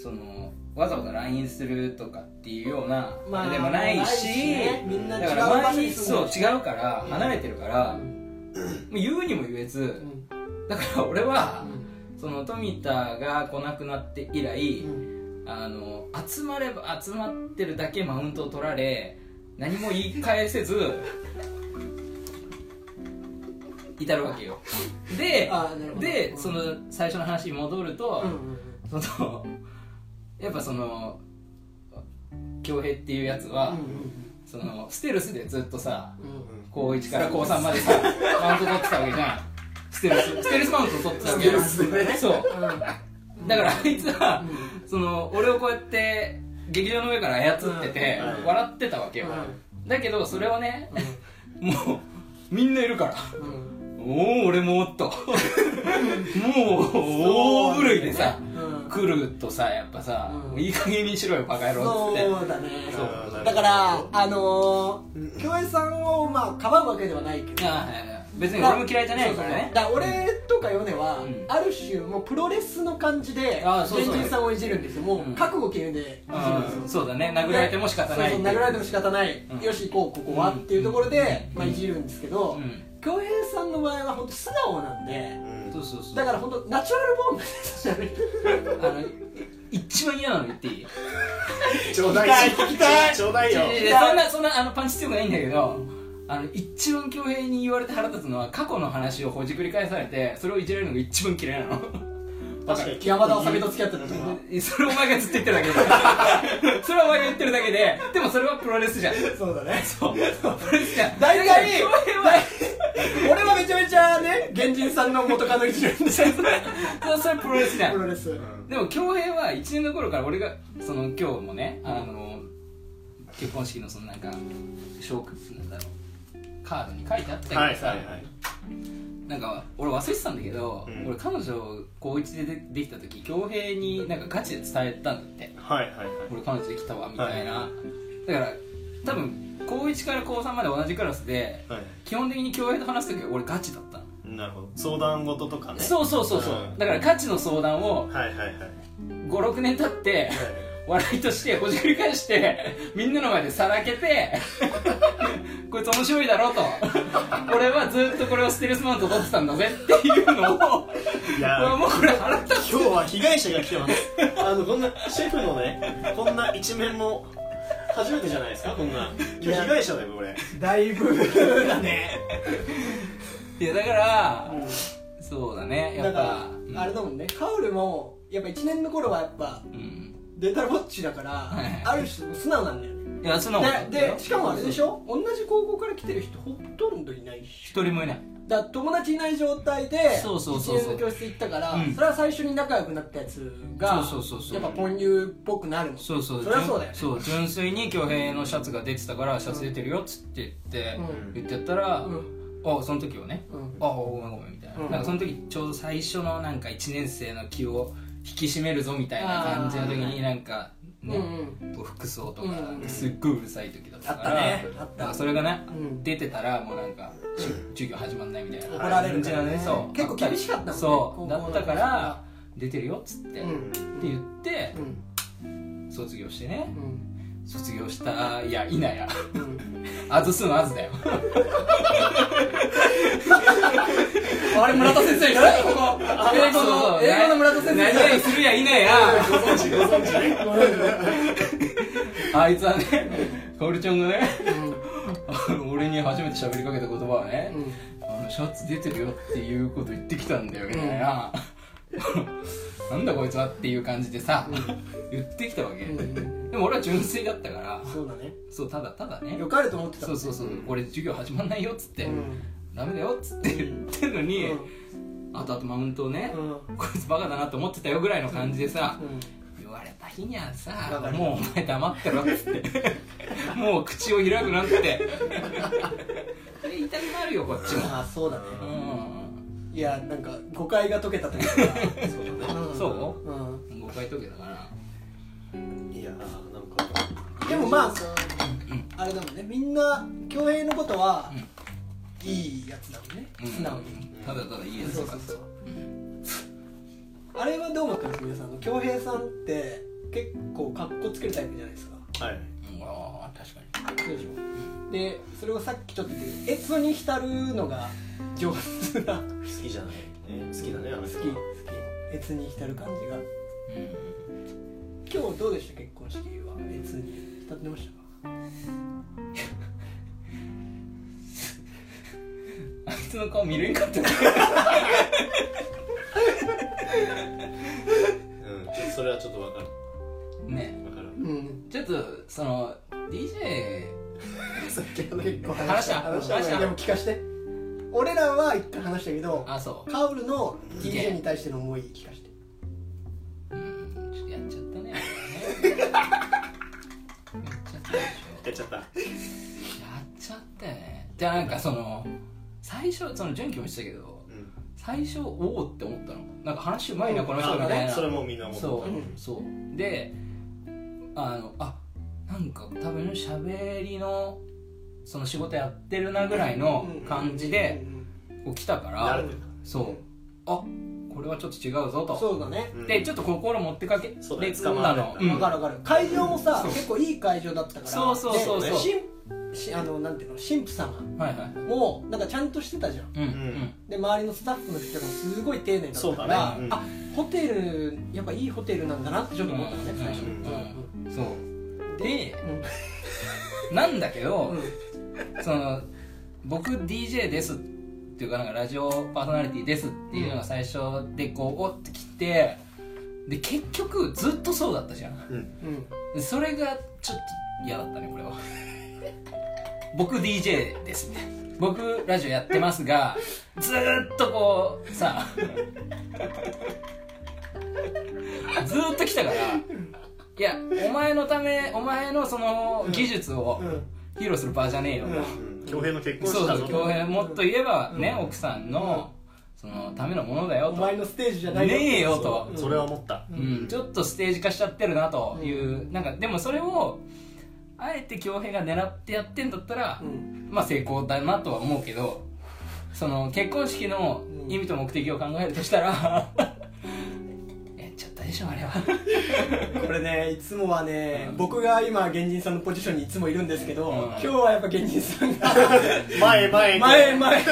D: そのわざわざ LINE するとかっていうような、
B: まあ
D: でもないし
B: ないしねみんな違う
D: だから
B: 場所
D: 毎
B: に
D: 日
B: 住
D: そ
B: ん
D: う
B: でる
D: 違うから
B: うん
D: 離れてるから、もう言うにも言えず、だから俺は、その富田が来なくなって以来、あの集まれば集まってるだけマウントを取られ何も言い返せず 至るわけよで
B: あなるほど
D: で
B: うん
D: その最初の話に戻ると、
B: う
D: そのやっぱその恭平っていうやつは、そのステルスでずっとさ高1から高3までさ マウント取ってたわけじゃんステルスステルスマウント取ってたわけよそうだからあいつは、その俺をこうやって劇場の上から操ってて、
B: うん
D: 笑ってたわけよ、だけどそれをね、もうみんないるからおお俺もおっともう大狂いでさ、来るとさやっぱさ、
B: うん
D: いい加減にしろよバカ野郎っつって
B: そうだね
E: そう
B: だからあのー京平さんをまあかばうわけではないけど
D: ああはいはい別に俺も嫌いじゃないからね
B: だから俺とかヨネは、
D: うん
B: ある種もうプロレスの感じで
D: あそうそう
B: 源氏さんをいじるんですよも
D: うん
B: う覚悟決めていじるんですよ、
D: うんそうだね殴られても仕方ない
B: そうそう殴られても仕方ない、
D: うん
B: よし行こうここは、
D: うん
B: っていうところで、
D: うん
B: まあ、いじるんですけど
D: うん
B: 恭、平さんの場合は本当素直なんで
D: そうそうそう
B: だから本当ナチュラルボーンなんですよ
D: あの一番嫌なの言っていい
E: ちょうだい
B: 聞きたい
E: ちょうだいよ
D: いやいやそんなそんなあのパンチ強くないんだけどあの一番恭平に言われて腹立つのは過去の話をほじくり返されてそれをいじられるのが一番嫌いなの
E: 確かに
B: 山田麻美と付き合ってたとか
D: それお前がずっと言ってるだけで それはお前が言ってるだけででもそれはプロレスじゃん
B: そうだね
D: そうプロレスじゃん
B: 大体
D: 恭平は
B: 俺はめちゃめちゃね源氏さんの元カノいじるんですよ
D: それそれプロレスじゃん
B: プロレス、
D: でも恭平は1年の頃から俺がその今日もねあの結婚式のそのなんか紹介なんだろうカードに書いてあったけどさ、
E: はいはいはい
D: なんか俺忘れてたんだけど、
E: うん
D: 俺彼女高1ででできた時恭平になんかガチで伝えたんだって
E: はいはいはい
D: 俺彼女できたわみたいな、だから多分高1から高3まで同じクラスで
E: は
D: 基本的に恭平と話す時は俺ガチだったの
E: いなるほど相談事とかね
D: そうそうそうそう、
E: うん
D: だからガチの相談を
E: はいはいはいはい
D: 56年経って笑いとしてほじくり返してみんなの前でさらけて こいつ面白いだろうと俺はずっとこれをステルスマウント取ってたんだぜっていうのを
E: いや
D: もうこれ腹立つ
E: 今日は被害者が来てます あのこんなシェフのねこんな一面も初めてじゃないですかこんな今日被害者だよこれ
B: だいぶだね
D: いやだから、そうだねや
B: だ
D: っ
B: か
D: ぱ
B: ら、あれだもんねカウルもやっぱ1年の頃はやっぱ
D: うん
B: データぼっちだから、
D: い
B: ある人素直なんだよね
D: いやそんなこと
B: ででしかもあれでしょ同じ高校から来てる人ほとんどいないし
D: 一人もいない
B: だから友達いない状態で
D: そうそうそうそう
B: 一年の教室行ったから、
D: うん
B: それは最初に仲良くなったやつが
D: そうそうそうそう
B: やっぱポンユっぽくなるの
D: そうそう
B: そりゃそうだよね
D: そう純粋に恭平のシャツが出てたからシャツ出てるよっつって言って、
B: うん
D: 言ってやったら、
B: うん
D: あその時はね
B: うん
D: ああごめんごめんみたいな,、
B: うん
D: なんかその時ちょうど最初のなんか1年生の気を引き締めるぞみたいな感じの時になんかね、
B: うん
D: 服装とか
B: うん
D: すっごいうるさい時だったから、
B: あったねあった
D: なんかそれがね、
B: うん
D: 出てたらもうなんかし授業始まんないみたいな
B: 怒られるからね
D: 感じだそう
B: 結構厳しかったもんね
D: そ
B: 高校
D: う
B: の
D: だったから出てるよっつって、
B: うん
D: って言って
B: う、ん
D: 卒業してね
B: うん
D: 卒業したいやいなや
B: うん
D: あずすのあずだよ
B: あれ村田先生いないここ英語の英語の村田先生い
D: 何
B: ない
D: 々するやいなや
E: ご存知ご存知
D: あいつはね、カオルちゃんがね、俺に初めて喋りかけた言葉はね、
B: うん
D: あのシャツ出てるよっていうこと言ってきたんだよみたいな、なんだこいつはっていう感じでさ、言ってきたわけ、
B: ん
D: でも俺は純粋だったから、
B: そうだね
D: そう、ただただね
B: よ、かると思ってた
D: そうそうそう、俺授業始まんないよっつって、
B: うん
D: ダメだよっつって言ってんのに、
B: う
D: ああとあとマウントをね
B: う、ん
D: こいつバカだなって思ってたよぐらいの感じでさ、
B: うん
D: 言われた日にはさ
B: わかる
D: もうお前黙ってろっつって もう口を開くなってそれ痛くなるよこっちも
B: ああそうだね
D: うんうん
B: いやなんか誤解が解けたというかそうだ
D: うんそ
B: うん
D: う誤解解けたから
E: いやーなんか
B: でもまああれだもんねみんな恭平のことは、いいやつだもんね素直に、
D: ただただいいやつ
B: そ
D: と
B: う
D: か
B: そうそうあれはどう思ったんですか皆さんあの恭平さんって結構かっこつけるタイプじゃないですか
E: はい
D: うんああ確かに
B: そうでしょでそれをさっきちょっと言ってエツに浸るのが上手な好
E: 好きじゃないね好きだねあの
B: き
E: 人
B: 好きエツに浸る感じが今日どうでした結婚式は別に浸ってましたか
D: あいつの顔見れん かったね
E: うんちょっとそれはちょっとわかる
D: ね
E: わかる
B: うん
D: ちょっとその DJ
B: 結構
D: 話した
B: 話した
D: 話した
B: でも聞かして俺らは一回話したけど
D: あそ
B: カウルの
D: 意見
B: DJ に対しての思い聞かして
D: ううんちょっとやっちゃったねやっちゃったでしょ
E: やっちゃった
D: やっちゃったよねじゃあなんかその最初その純喜も言ってたけど
E: うん
D: 最初おおって思ったのなんか話うまいなこの人みたいな
E: あそれもみんな思った
D: そう
E: うん
D: そうであのあなんか多分しゃべりのその仕事やってるなぐらいの感じで
B: うん
D: こう来たか
E: 慣
D: ら
E: れてる
D: そうあこれはちょっと違うぞと
B: そうだね
E: うん
D: でちょっと心持ってかけ
E: そうだね
D: で
E: 捕まられ
D: の
E: た
D: うん
B: わかるわかる会場もさ
D: そう
B: 結構いい会場だったから
D: そうそうそう
E: そう
B: で神しあのなんていうの神父様
D: はいはい
B: もなんかちゃんとしてたじゃん
D: うんうん
B: で周りのスタッフの人もすごい丁寧だった
E: そう
B: か
E: だ
B: ら、
E: ねうん
B: あホテルやっぱいいホテルなんだなってちょっと思ったね
D: うん
B: 最初
E: うん
D: うんそうで
B: うん
D: なんだけど、
B: うん
D: その僕 DJ ですっていうかなんかラジオパーソナリティですっていうのが最初でこうおってきてで結局ずっとそうだったじゃん
E: うん
B: うん
D: でそれがちょっと嫌だったねこれは 僕 DJ ですみたいな僕ラジオやってますが ずーっとこうさ ずーっと来たからいやお前のためお前のその技術を披露する場じゃねえよ、
B: うん
E: うん恭平の結婚
D: そ
E: し
D: う
E: た
D: そ
E: ぞ
D: う恭平もっと言えばね、
B: うん
D: 奥さんのそのためのものだよ
B: お
D: と
B: 前のステージじゃない
D: ねえよと
E: そうそれは思った
B: う
D: うん、ちょっとステージ化しちゃってるなという、なんかでもそれをあえて恭平が狙ってやってんだったら、
B: うん
D: まあ成功だなとは思うけどその結婚式の
B: うん
D: 意味と目的を考えるとしたらや っちゃったでしょあ れは
B: これねいつもはね、僕が今原人さんのポジションにいつもいるんですけど、
D: うん
B: 今日はやっぱ原人さんが
E: 前へ前へ
B: 前へ前へ
D: だ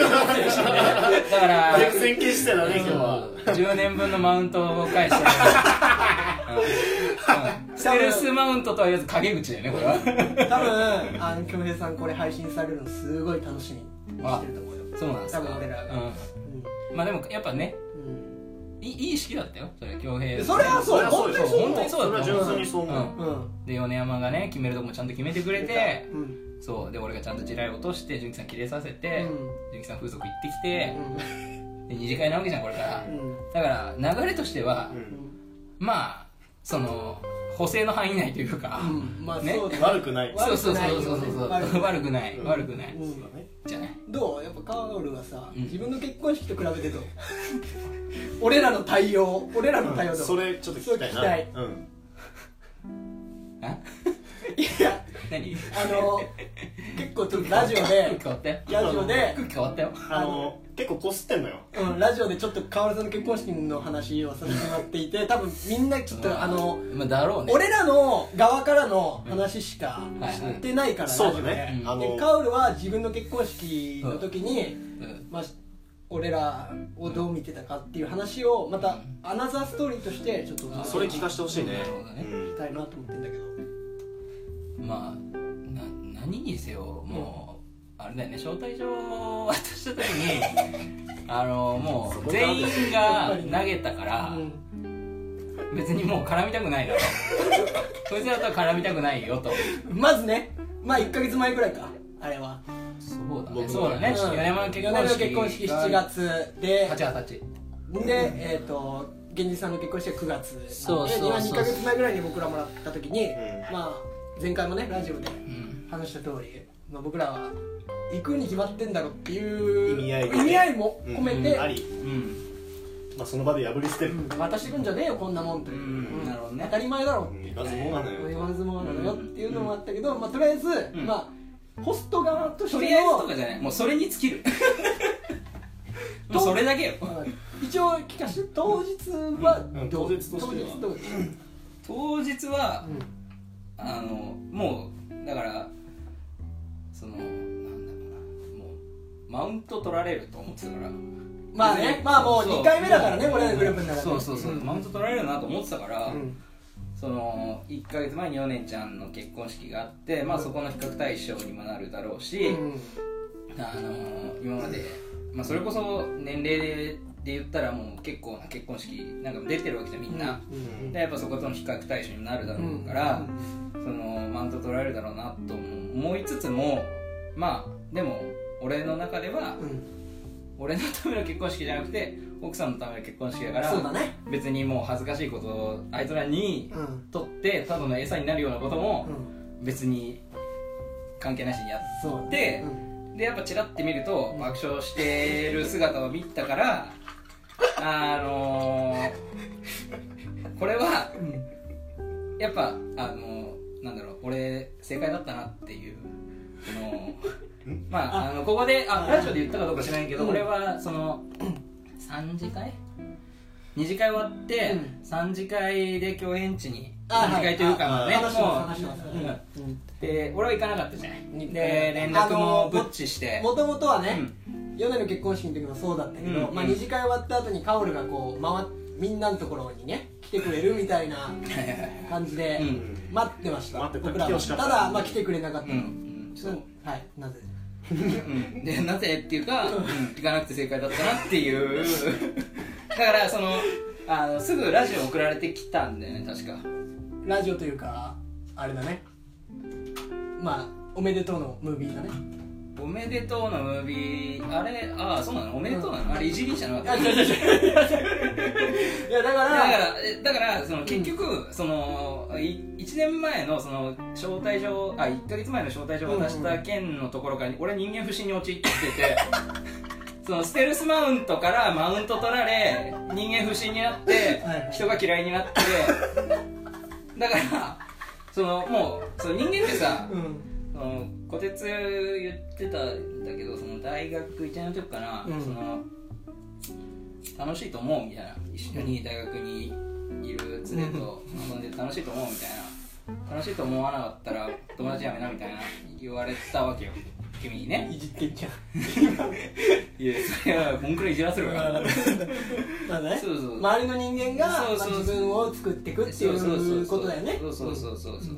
D: から
E: 逆線形してたね今日は
D: 10年分のマウントを返してる、うんうん、ステルスマウントとは言わず陰口だよねこれは
B: 多分あの恭平さんこれ配信されるのすごい楽しみにしてると思うよ、
D: そうなんですか
B: 多分俺らが
D: うん、まあでもやっぱね
B: うんうん
D: いいいい式だったよそれは恭平
B: それはそう
E: そ
B: 本
E: れ
B: 当
E: は
B: にそう
D: 本当にそう
E: それ
D: だ
E: は
D: った
E: 純粋にそう思う
D: う
B: うん
D: ん、で米山がね決めるとこもちゃんと決めてくれて
B: うん
D: そうで俺がちゃんと地雷落として純喜さんキレさせて、
B: うん
D: 純喜さん風俗行ってき
B: う
D: て、
B: ん
D: で二次会なわけじゃんこれから、
B: うん
D: だから流れとしては、
E: うん
D: まあその補正の範囲内というか、
B: うんまあ
D: ね
B: そうだよ
E: 悪くない
D: そうそうそうそうそうそう
B: 悪
D: 悪
B: く
D: く
B: な
D: ない悪くない、
B: うん
D: じゃない
B: どうやっぱカオルはさ、
D: うん
B: 自分の結婚式と比べてどう 俺らの対応俺らの対応どう、
E: それちょっと聞きたい
B: それ聞き
E: なうん
D: あ
B: いや
D: 何
B: あの結構ちょっとラジオで
D: 空気変わったよ
B: ラジオで、
D: 空気変わったよ
E: あの結構こすってんのよ
B: うん、ラジオでちょっとカオルさんの結婚式の話をさせてもらっていて多分みんなちょっとあの
D: まあだろうね
B: 俺らの側からの話しか
D: はい
B: 知ってないから、
E: そうだ
B: ラジ
E: ね
D: うん
E: あ
B: オでで
E: の
B: カオルは自分の結婚式の時に、
D: うん
B: まあ、俺らをどう見てたかっていう話をまたアナザーストーリーとしてちょっとお
E: それ
B: 届け
E: 聞かせてほしいね
D: なるほどね
E: うん
B: したいなと思ってんだけど
D: まあな何にせよもう、あれだよね招待状を 渡した時にあのもう全員が投げたから、
B: うん
D: 別にもう絡みたくないなと こいつらとは絡みたくないよと
B: まずねまあ1か月前ぐらいかあれは
D: そうだ
E: 僕
D: ね
E: も
D: そうだね
B: うん
D: 米山の結婚式
B: 米山の結婚式7月で
D: 8月8
B: でえっ、と源氏さんの結婚式は9月なんで
F: そうそうそう
B: 2か月前ぐらいに僕らもらった時に、
E: ん
B: まあ前回もねラジオで
D: うん
B: 話した通り、まあ、僕らは行くに決まってんだろって
E: 意
B: いう
E: 味合いで
B: 意味合いも込めて、
E: あり、
D: うん
E: まあ、その場で破り捨てる、
B: うん渡してくんじゃねえよこんなもんという、
D: うんなるほどね
B: 当たり前だろ
E: うん、まずもうなのよ
B: 言わずもなのよっていうのもあったけど、まあ、とりあえず、
D: ん
B: まあホスト側として
D: と
B: の
D: りあえずとかじゃないもうそれに尽き るもうそれだけよ
B: うん一応聞かせて当日は
E: うん
B: ど
E: 当
B: う
E: 日としては
B: 当日どう
D: 当日は
B: うん
D: あのもうだからそのなんだろうなもうマウント取られると思ってたから
B: まあねまあもう2回目だからね俺らのグループの中で
D: そうそうそう、
B: ん
D: マウント取られるなと思ってたから、
B: うん
D: その1か月前にお姉ちゃんの結婚式があって、まあ、そこの比較対象にもなるだろうし、
B: うん
D: あのー今まで、まあ、それこそ年齢で言ったらもう結構な結婚式なんかも出てるわけじゃんみんな、
B: うん
D: でやっぱそことの比較対象にもなるだろうから、そのマウント取られるだろうなとも思いつつもまあでも俺の中では、
B: うん
D: 俺のための結婚式じゃなくて奥さんのための結婚式だから
B: そうだね
D: 別にもう恥ずかしいことをあいつらに
B: うん
D: とってただの餌になるようなことも
B: うん
D: 別に関係なしにやっ
B: そう
D: で
B: うん
D: でやっぱチラって見ると爆笑してる姿を見たからあのー、これはやっぱあのー、なんだろう俺正解だったなっていうそのまああのここであラジオで言ったかどうか知らないけど、
B: うん
D: 俺はその3次会二次会終わって、
B: うん
D: 三次会で共演地に
B: あはい
D: 三次会というかまあね
B: 話してます話して
D: も
B: ま
D: う
B: す
D: うん
B: うん
D: で俺は行かなかったじゃない
B: うん
D: で連絡もブッチして
B: もともとはね、
D: うん
B: ヨネの結婚式の時もそうだったけど、
D: うん
B: まあ、二次会終わった後にカオルがこう回っみんなのところにね来てくれるみたいな感じで
D: うん
B: 待ってました、
E: 待ってた
B: 僕ら
E: 来て
B: は
E: ほしか
B: た
E: った
B: だ、まあ、来てくれなかった
D: う
B: の、
D: ん
B: ち
D: そ
B: ょっ
D: う
B: とはいなぜ
D: うんでなぜっていうかうん行かなくて正解だったなっ ていうだからそのあのすぐラジオ送られてきたんだよね確か
B: ラジオというかあれだねまあおめでとうのムービーだね
D: 「おめでとう」のムービーあれああそうなのおめでとうなのあれいじりじゃなかった
B: いやだか
D: だ
B: ら
D: からえだからその結局その1年前のその招待状あ1か月前の招待状を渡した件のところから俺人間不信に陥って てそのステルスマウントからマウント取られ人間不信になって
B: はい
D: 人が嫌いになってだからそのもうその人間ってさ
B: うん
D: そのこてつ言ってたんだけどその大学1年の時かな、
B: うん
D: その楽しいと思うみたいな一緒に大学にいる常と遊んで楽しいと思うみたいな楽しいと思わなかったら友達やめなみたいな言われたわけよ君にね
B: いじってんじゃん
D: いやそれはこんくらいいじらせるから
B: まあね
D: そうそう
B: 周りの人間が
D: そうそうそう
B: まあ自分を作っていくって
D: そうそ
B: い
D: うそううそ
B: こ
D: う
B: とだよね
D: そうそうそうそうそう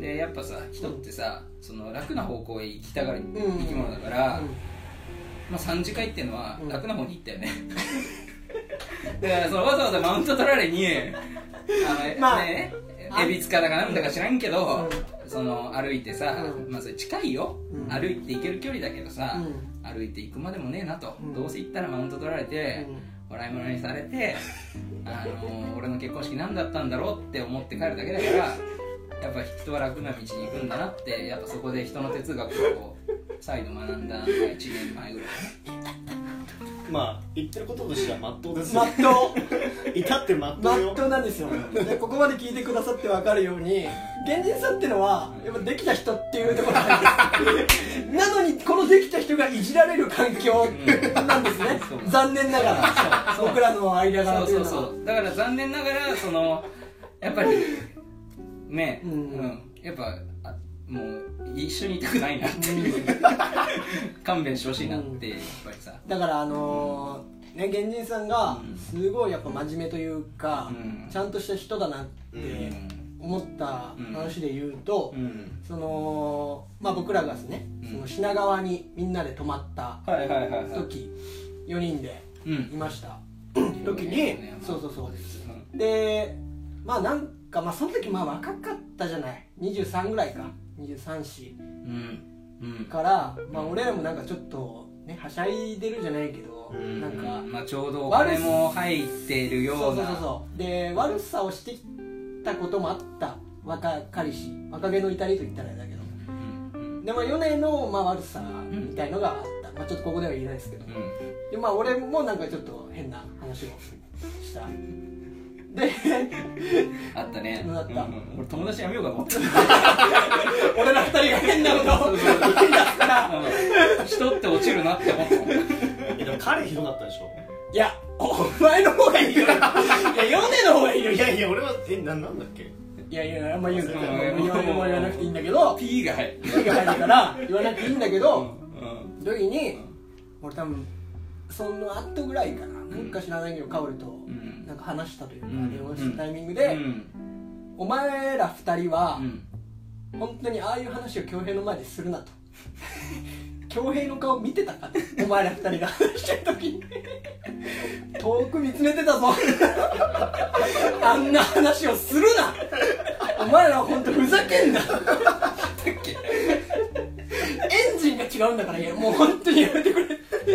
D: でやっぱさ人ってさその楽な方向へ行きたがる
B: うん
D: 生き物だから、
B: うん
D: まあ、3次会っていうのは
B: うん
D: 楽な方に行ったよね、 だからそのわざわざマウント取られにあの、
B: まあ
D: ねえびつかだかなんだか知らんけど、
B: う
D: その歩いてさ、
B: うん
D: まあそれ近いよ、
B: うん
D: 歩いて行ける距離だけどさ、
B: う
D: 歩いて行くまでもねえなと、
B: うん
D: どうせ行ったらマウント取られて、笑い物にされて、あの俺の結婚式何だったんだろうって思って帰るだけだからやっぱ人は楽な道に行くんだなってやっぱそこで人の哲学を再度学んだのが1年前ぐらい
E: まあ言ってることとしてはまっとうです
B: ま
E: よ
B: っとう
E: 至ってまっと
B: ま
E: う
B: っ
E: よ
B: とうなんですよでここまで聞いてくださって分かるように現人さんってのはやっぱできた人っていうところなん ですなのにこのできた人がいじられる環境なんですね
D: うんそう
B: 残念ながら
D: そうそう
B: 僕らの間柄
D: そう
B: といの
D: そうう
B: は
D: そうだから残念ながらそのやっぱりね
B: うん
D: うん、やっぱあもう一緒にいたくないなっていう勘弁してほしいなってやっぱりさ
B: だからあのーね現人さんが
D: うん
B: すごいやっぱ真面目というか、
D: うん
B: ちゃんとした人だなっ
E: う
D: う
B: て
D: ん
B: 思った話で言うと、
D: うん
B: そのまあ僕らがですね、
D: うん
B: その品川にみんなで泊まった
D: はいはいはいはい
B: 時4人で
D: うん
B: いました時にそうそうそうですでまあなんかまあその時まあ若かったじゃない23ぐらいか23歳
D: うんうん
B: から、まあ、俺らもなんかちょっとねはしゃいでるじゃないけど、
E: うん
B: なんか
D: まあ、ちょうどお金も入ってるような
B: そうそうそうそうで悪さをしてきたこともあった若かりし若気の至りと言ったらあれだけど
D: うんうん
B: でも米の、まあ、悪さみたいのがあった、まあ、ちょっとここでは言えないですけど、
D: うん
B: でまあ俺もなんかちょっと変な話をしたで
D: あったね
B: あった
D: うんうん俺友達やめようかと思って
B: 俺ら二人が変なことを
D: うん人って落ちるなって思ったもん
E: えでも彼ひどかったでしょ
B: いやお前の方がいいよいや米の方がいいよい
E: いやいや俺はえななんだっけ
B: やいやあんま言うな
E: うん
B: 言わ言わ言わなくていいんだけど
D: P が入る
B: 火が入るから言わなくていいんだけ
D: う
B: ど
D: ん
B: 時に俺多分そのあとぐらいかななんか知らないけどカオルと
D: ん
B: なんか話したというか
D: うん
B: 電話したタイミング
D: う
B: で
D: ん
B: お前ら二人
D: う
B: は
D: ん
B: 本当にああいう話を恭平の前でするなと 恭平の顔見てたかお前ら二人が話してる時に遠く見つめてたぞあんな話をするなお前らは本当ふざけんなエンジンが違うんだからいやもう本当にやめてくれって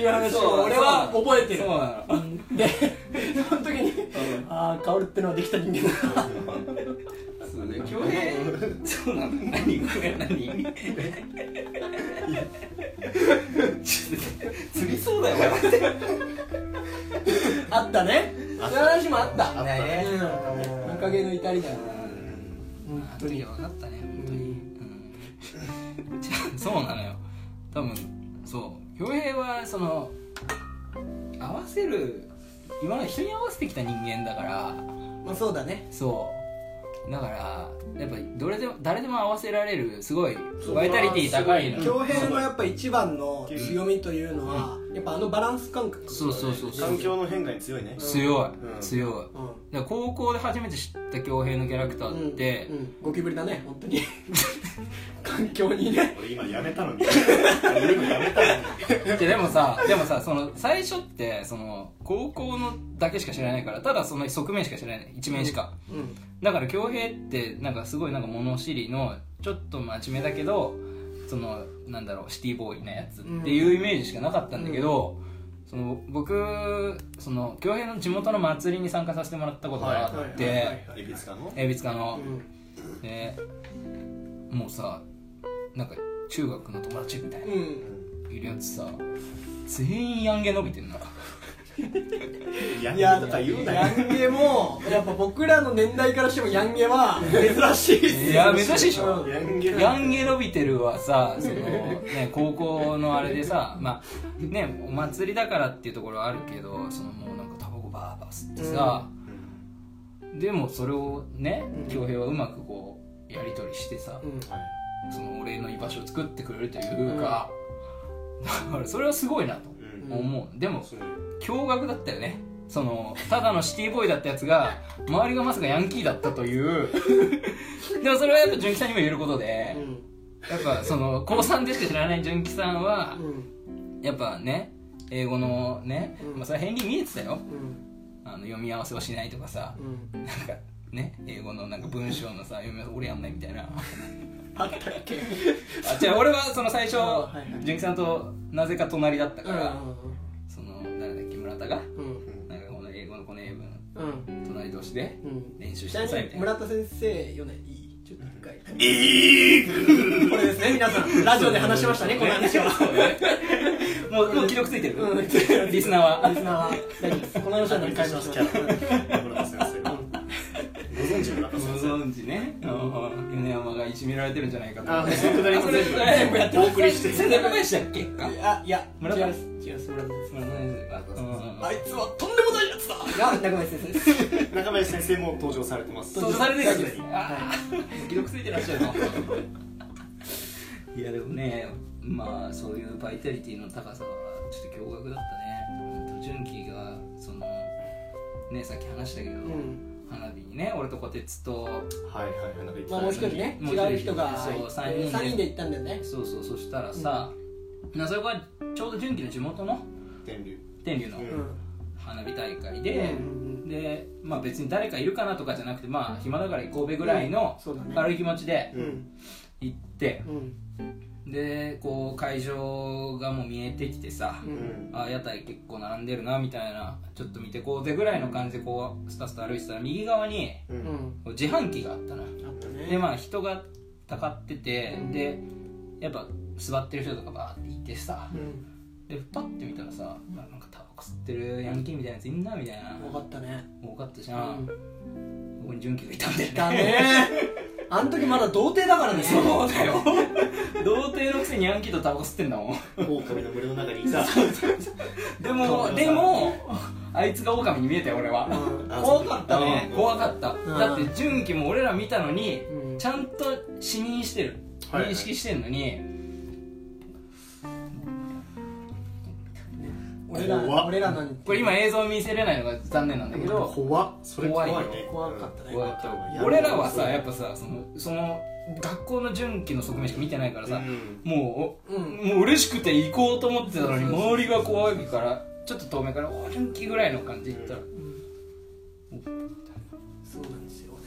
B: いう話を俺は覚えてる
D: そうなの
B: でその時にああ薫ってのはできた人間だな
D: そうね恭平そうなの何これ何 ちょっと釣りそうだよ
B: あったねそういう話もあった
E: あったね
B: うんおかげの至りだよ本
D: あ
B: 当に
D: 時は分かったね本当に、うん、じゃあそうなのよ多分そう恭平はその合わせる今まで人に合わせてきた人間だから
B: まあそうだね
D: そうだからやっぱどれでも誰でも合わせられるすごいバイタリティ高いの
B: 恭平のやっぱ一番の強みというのはやっぱあのバランス感覚
D: そうそうそうそう
E: 環境の変化に強いね
D: 強い、
E: うん
D: 強いだ
B: うん
D: から高校で初めて知った恭平のキャラクターって、
B: うんうんゴキブリだね本当に環境にね
E: 俺今やめたのに俺今やめたのに
D: いやでもさでもさその最初ってその高校のだけしか知らないからただその側面しか知らない一面しか、
B: うん
D: だから恭平ってなんかすごいなんか物知りのちょっと真面目だけどそのなんだろうシティボーイなやつっていうイメージしかなかったんだけど、その僕その恭平の地元の祭りに参加させてもらったことがあ
B: はいは
D: っ
B: いはいは
D: て
B: い
E: 恵比寿館の
D: 恵比寿かの、
B: うん
D: でもうさなんか中学の友達みたいな
B: うん
D: いるやつさ全員ヤンゲ伸びてんな
E: や
B: い
E: め
B: や
E: たとか言うな
B: ヤ
E: よ
B: ンゲもやっぱ僕らの年代からしてもヤンゲは珍しいっすよ
D: いや珍しいでしょ
B: うん
E: ヤンゲ
D: ヤンゲ伸びてるはさその、ね、高校のあれでさまあねお祭りだからっていうところはあるけどそのもうなんかタバコバーバー吸ってさ、でもそれをね
B: うん
D: 恭平はうまくこうやり取りしてさ
B: うん
D: そのお礼の居場所を作ってくれるというか、だからそれはすごいなと
E: うん
D: 思う、でも
E: そう
D: 驚愕だったよねそのただのシティボーイだったやつが周りがまさかヤンキーだったという でもそれはやっぱ純喜さんにも言えることで
B: うん
D: やっぱその高3でしか知らない純喜さんはやっぱね英語のね、
B: うん
D: まあ、それは偏見見えてたよ
B: うん
D: あの読み合わせをしないとかさ
B: うん
D: なんかね英語のなんか文章のさ読み合わせ俺やんないみたいな
B: あったっけ
D: あじゃあ俺はその最初
B: あはいはい
D: 純喜さんとなぜか隣だった
B: う
D: から、
B: ん
D: その誰だっけ村田が
B: うん
D: なんかこの英語のこの英文
B: うん
D: 隣同士で
B: うん
D: 練習し
B: ちな
D: な
B: み
D: さい
B: に
D: みたいな
B: 村田先生よねいいちょっと一回これですね皆さんラジオで話しましたねこの話は
D: もうもう記録ついてる、
B: うん
D: リスナーは
B: リスナーは大丈夫ですこの話は何回しまし
E: キャ
B: た
E: ラ村田先生ご存知村
D: ご
E: 田先生
D: 存知ね、うん米山がいじめられてるんじゃないかと
E: あそのくだりも全部
D: あそれ
E: 全部やってますお送りして
D: それ中林だっけか
B: あいや
D: 村田
B: 違います違います村田先
D: 村田先生がうん
B: 生いつはとんでもないやつだが中林先生です
E: 中林先生も登場されてます
D: そうされてるん
E: す
D: ですよあー記録ついてらっしゃるのいやでもねまあそういうバイタリティの高さはちょっと驚愕だったね本当純喜がそのねさっき話したけど、
B: うん
D: 花火にね俺とこてつと
E: はいはいはいなんか言って
B: ま
E: た
B: あもう一人ね違う人が
D: そう三人で
B: 3人で行ったんだよね
D: そうそうそしたらさ、なそれがちょうど純喜の地元の
E: 天竜
D: 天竜の
E: うん
D: 花火大会
B: うん
D: で、
B: うん
D: でまあ別に誰かいるかなとかじゃなくてまあ暇だから行こうべぐらいの
B: そうだね
D: 軽い気持ちで
B: うん
D: 行って
B: うん
D: でこう会場がもう見えてきてさ、
E: うん
D: あ屋台結構並んでるなみたいなちょっと見てこうぜぐらいの感じでこうスタスタ歩いてたら右側に
E: う
B: うんん
D: こう自販機があったな
B: あったね
D: でまあ人がたかってて
B: うん
D: でやっぱ座ってる人とかバーっていてさ
B: うん
D: でパッて見たらさあなんかタバコ吸ってるヤンキーみたいなやついんなみたいな
B: 分かったね
D: 多かったじ
B: う
D: ゃん
B: ん
D: ここに純喜がいたんだよね
B: だねあの時まだ童貞だからね
D: そうだよ童貞のくせにヤンキーとタバコ吸ってんだもん
E: 狼の群れの中にいた
D: で
E: そう
D: も
E: だ
D: でもあいつが狼に見えたよ俺は
B: うん
E: あ
D: 怖かったね
E: うん
D: 怖かった
B: ん
D: だって純喜も俺ら見たのに
B: うん
D: ちゃんと視認してる
E: はいはい
D: 認識してんのに
B: 俺ら
E: 怖っ
B: 俺らなんて
D: これ今映像見せれないのが残念なんだけど
E: 怖っそれ怖いね
B: 怖かったね
D: こうやって
E: うん
D: 俺らはさ
E: そう
D: やっぱさそのその学校の純喜の側面しか見てないから
E: う
D: さ
E: ん
D: もう
B: う
D: お
B: ん
D: もう嬉しくて行こうと思ってたのに
B: そうそうそう
D: 周りが怖いからちょっと遠目から「お純喜」ぐらいの感じで行ったら
B: そうなんですよね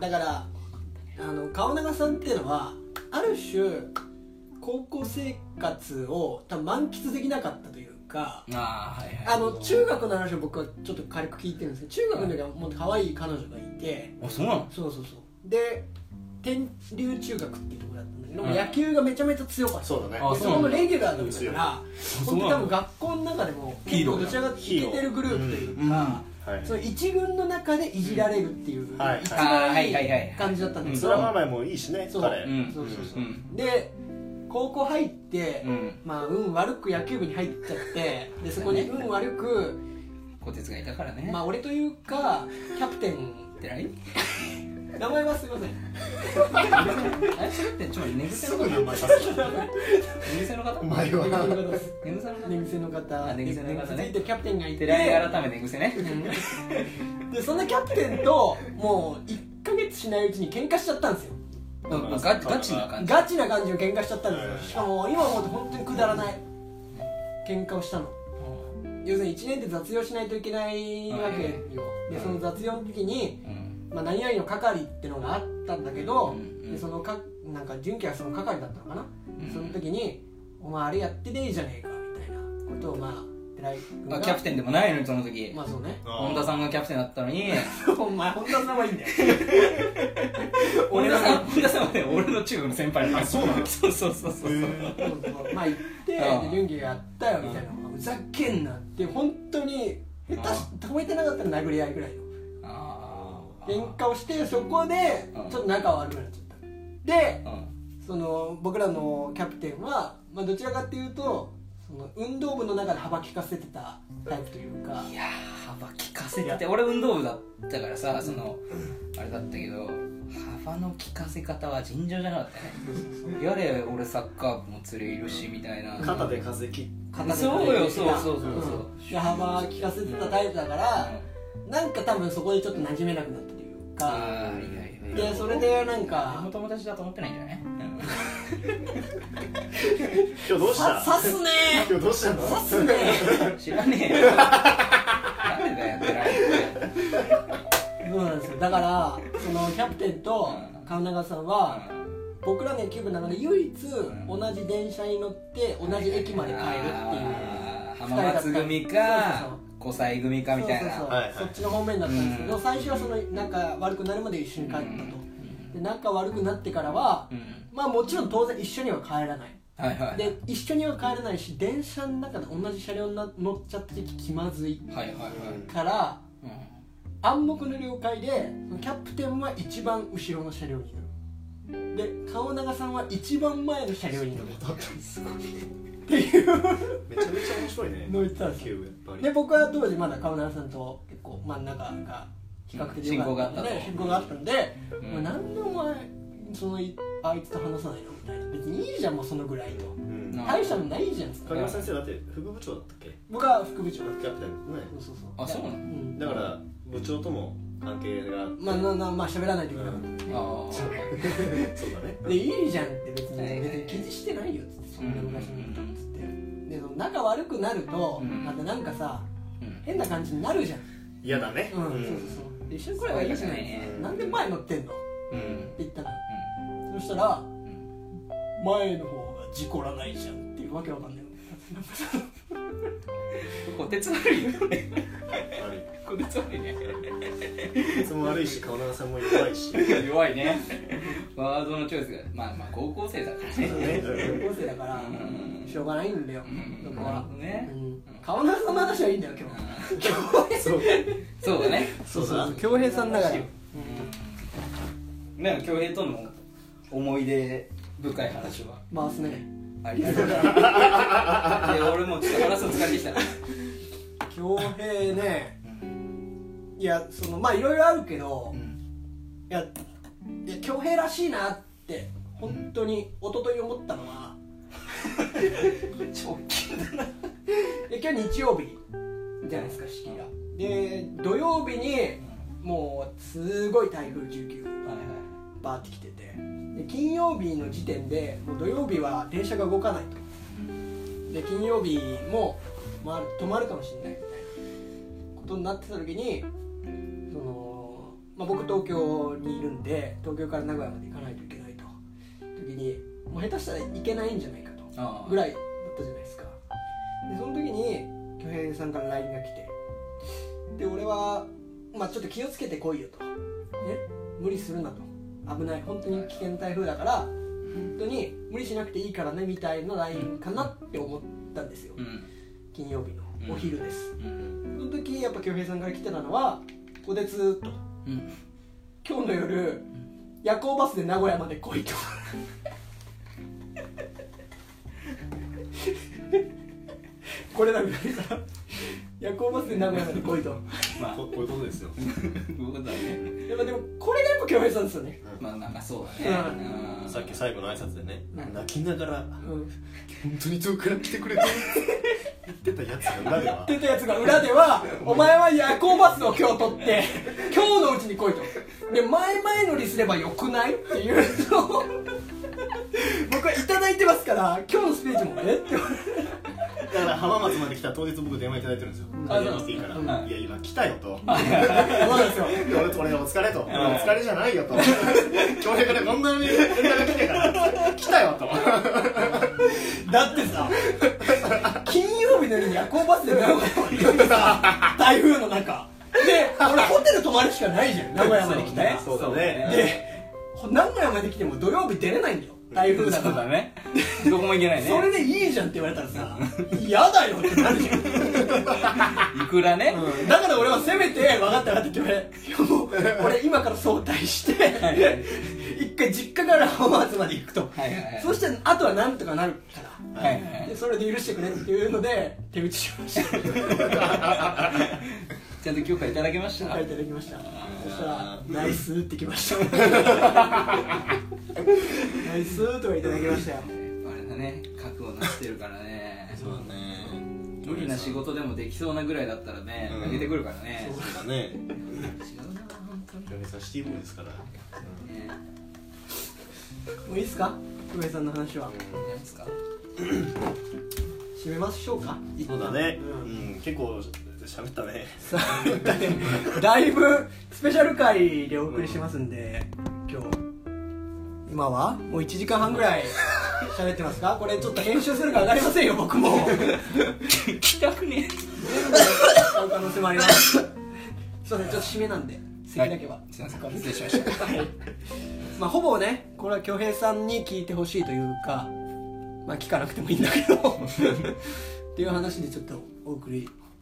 B: だからあの川永さんっていうのはある種高校生活を多分満喫できなかったというか
D: ああはいはい
B: あの中学の話を僕はちょっと軽く聞いてるんですけど中学の時はもっと可愛い彼女がいて
D: あそうなの
B: そうそうそうで天竜中学っていうところだったんだけど、
D: うん
B: 野球がめちゃめちゃ強かった
E: そうだね
D: あ
B: そこ
D: うな
B: も
D: んだ
B: レギュラーだったから
D: そう
B: 本
D: な
B: 当
D: ん
B: に
D: だ
B: 多分学校の中でも
D: ヒーローだ
B: どちらかといけてるグループというか、
E: はい
B: その一軍の中でいじられるっていう、
E: んはい
B: 一
D: あーは
B: 番い
D: いはいはい
B: い感じだったんです
E: そ
B: よ、
E: れはまあまあもういいしね
B: そう
E: 彼
D: うん
B: そうそうそう、
D: うん
B: で高校入って、
D: うん
B: まあ運悪く野球部に入っちゃってでそこに運悪く、
D: 小鉄がいたからね
B: まあ、俺というかキャプテン
D: って ない
B: 名前はすいません
D: あれそれってちょっと寝癖の方
E: 名前さ
D: 寝癖の方
E: お前
B: 寝
E: は
B: 癖の方です
D: 寝癖の方
B: 寝癖の方
D: あ寝癖の方ね
B: ついてるキャプテンがいて
D: 寺井改め寝癖ね
B: でそんなキャプテンともう1ヶ月しないうちに喧嘩しちゃったんですよ
D: うんまあガガチな感じ
B: ガチな感じの喧嘩しちゃったんですよしかも今思うと本当にくだらない喧嘩をしたの要するに1年で雑用しないといけないわけよでその雑用の時に、
D: うん
B: まあ、何々の係ってのがあったんだけど、
D: うんうん
B: でそのかなんか純喜はその係だったのかな、
D: うん
B: その時に「お前あれやってねえじゃねえか」みたいなことをまあ寺井君が
D: あキャプテンでもないのにその時
B: まあそうね
D: 本田さんがキャプテンだったの に
B: お前本田さんはいいんだよ
D: 本田さん本田さんはね俺の中学の先輩あそうなのそうそうそうそう
B: まあ行って
D: うん
B: で純喜がやったよみたいなふざけんなって本当に下手し止めてなかったら殴り合いぐらいの
D: あー
B: 喧嘩をしてそこで
D: うん
B: ちょっと仲悪くなっちゃったで
D: うん
B: その僕らのキャプテンは、まあ、どちらかっていうとその運動部の中で幅利かせてたタイプというか
D: いやー幅利かせて俺運動部だったからさそのあれだったけど幅の利かせ方は尋常じゃなかったねやれ俺サッカー部も連れいるしみたいな
E: 肩で風切っ
B: 片手で
D: そうよそうそうそう
B: うん
D: そう
B: で幅利かせてたタイプだから、なんか多分そこでちょっと馴染めなくなったという
D: あ
B: か、
D: あいやいやいや
B: でそれでなんか
D: も友達だと思ってないんじゃない
E: 今日どうした
B: さ刺すね
E: 今日どうしたの
B: 刺すね
D: 知らねえよなんでだよ偉いって
B: そうなんですよだからそのキャプテンと川永さんは僕らの野球部の中で唯一
D: ん
B: 同じ電車に乗って同じ駅まで帰るっていう二
D: あー
B: 人だ
D: 浜
B: った
D: 松組
B: そうそう
D: か
B: そう
D: 五歳組かみたい
B: そうそう
D: な
B: そう
E: はいはい
B: そっちの方面だったんですけど、
D: うん
B: 最初はその仲悪くなるまで一緒に帰ったと、
D: うん
B: で仲悪くなってからは、
D: うん
B: まあもちろん当然一緒には帰らない
D: はいはいはい
B: で一緒には帰れないし電車の中で同じ車両にな乗っちゃって気まずい
D: はいはい
B: から
D: うん
B: 暗黙の了解でキャプテンは一番後ろの車両に乗るで顔長さんは一番前の車両に乗 る
E: めちゃめちゃ面白いね
B: 乗ったんです
E: 球
B: よ
E: やっぱり
B: で僕は当時まだ顔長さんと結構真ん中が比較的良かったの
D: うん
B: で
D: 進
B: 進行があったんで、
D: うん
B: もうなんでお前そのあいつと話さないのみたいな別にいいじゃんもうそのぐらいと
E: うん
D: な
B: 大したのないじゃんっつって
E: 影山先生だって副部長だったっけ
B: 僕は副部長だっ
E: キャプテンね
B: たそうそうそう
D: あそうなの
B: ん
E: だから部長とも関係が
B: まあななまあ喋らないといけなかったんで、
D: あー
E: そうだね
B: でいいじゃんって別に
D: はいはい
B: 別に気にしてないよっつってそんな昔のことっつってでその仲悪くなると
D: うん
B: またなんかさ
D: うん
B: 変な感じになるじゃん
E: 嫌だね
B: うんそうそうそうで一緒に来ればいいじゃない
D: そうだ
E: ね
B: なんで前乗ってんのって
D: うん
B: 言ったらそしたら
D: うん
B: 前の方が事故らないじゃんっていうわけわかんない
D: こてつ悪いよね
E: 悪い
D: こてつ悪いね
E: いつも悪いし顔長さも弱いし
D: 弱いねワードのチョイスがまあまあ高校生だからね
B: 高校生だから
D: うん
B: しょうがないんだよ
D: う
B: そ
D: ん
B: こ
D: なる
B: は
D: ほどね
B: うん顔なさんの話はいいんだよ今日
E: そう
D: そうだね
E: そうそう
B: 恭平さんだから
D: ね恭平との思い出深い話は
B: 回すね
D: ありがとうで俺もちょっと話すの疲れてきた
B: 恭平ねいやそのまあいろいろあるけど
D: うん
B: いやいや恭平らしいなって本当に一昨日思ったのは
D: 直近
B: で今日日曜日じゃないですか式がで土曜日にもうすごい台風19
D: はいはい
B: バーって来ててで金曜日の時点でもう土曜日は電車が動かないとで金曜日も、まあ、止まるかもしれないみたいなことになってた時にその、まあ、僕東京にいるんで東京から名古屋まで行かないといけないと時にもう下手したら行けないんじゃないかと
D: ああ
B: ぐらいだったじゃないですかでその時に恭平さんから LINE が来てで俺は、まあ、ちょっと気をつけてこいよと、ね、無理するなと危ない本当に危険な台風だから本当に無理しなくていいからねみたいな LINE かなって思ったんですよ
D: うん
B: 金曜日のお昼です、
D: うん
B: その時やっぱ恭平さんから来てたのは「こてつ」と
D: うん
B: 「今日の夜夜行バスで名古屋まで来い」と。これだみたいな夜行バスで名古屋まで来いと
D: まあ
E: ここういうことですよ
D: 僕だね
B: やっぱでもこれがやっぱ恭平さんですよね
D: まあなんかそうだねうん
E: さっき最後の挨拶でね
B: うん
E: 泣きながら
B: うん
E: 本当に遠くから来てくれて言ってたやつが裏では
B: 出たやつが裏では「お前は夜行バスを今日取って今日のうちに来い」とで前々乗りすればよくないっていうのを僕はいただいてますから今日のステージもねって
E: だから浜松まで来た当日僕電話いただいてるんですよ「
D: あ
E: 電話していいから」
D: そう
E: いや今来たよ」と
B: そうなんですよ
E: 「俺俺お疲れ」と「俺お疲れじゃないよ」と「教育でこんなに連絡来てから来たよ」と
B: だってさ金曜日の夜に夜行バスで名古屋まで行ってさ台風の中で俺ホテル泊まるしかないじゃん名古屋まで来たら
E: そうだね
B: で名古屋まで来ても土曜日出れないんだよ台風だ
D: そ
B: か
D: うだ
B: ら
D: ねどこも行けないね
B: それでいいじゃんって言われたらさ嫌だよってなるじゃん
D: いくらね
B: だから俺はせめて分かった分かったって言われもう俺今から早退して
D: はいはい
B: 一回実家から浜松まで行くと
D: はいはい
B: そしてあとはなんとかなるから
D: はいはい
B: でそれで許してくれっていうので手打ちしました
D: ちゃんと許可いただけました
B: 書いていただきましたそしたら「ナイス」ってきましたナイスとかいただきましたよ
D: あれだね覚悟なしてるからね
C: そうだね
D: 無理な仕事でもできそうなぐらいだったらね
C: うん
D: 上げてくるからね
C: そうだね
D: 違うな本当に
E: 嫁さんシティボーイですから
D: ね
B: もういいっすか久米さんの話は
D: じゃないですか
B: 締めましょうか
E: そうだね
B: う
E: う
B: ん
E: ん結構喋ったね
B: さあ だいぶスペシャル回でお送りしますんで、今日今はもう1時間半ぐらい喋ってますかこれちょっと編集するか上がりませんよ僕も
D: 聞きたくね
B: 使う可能性もありますすいませんちょっと締めなんで席だけは、
D: すいません失礼しました
B: まあほぼねこれは恭平さんに聞いてほしいというかまあ聞かなくてもいいんだ けどっていう話でちょっとお送り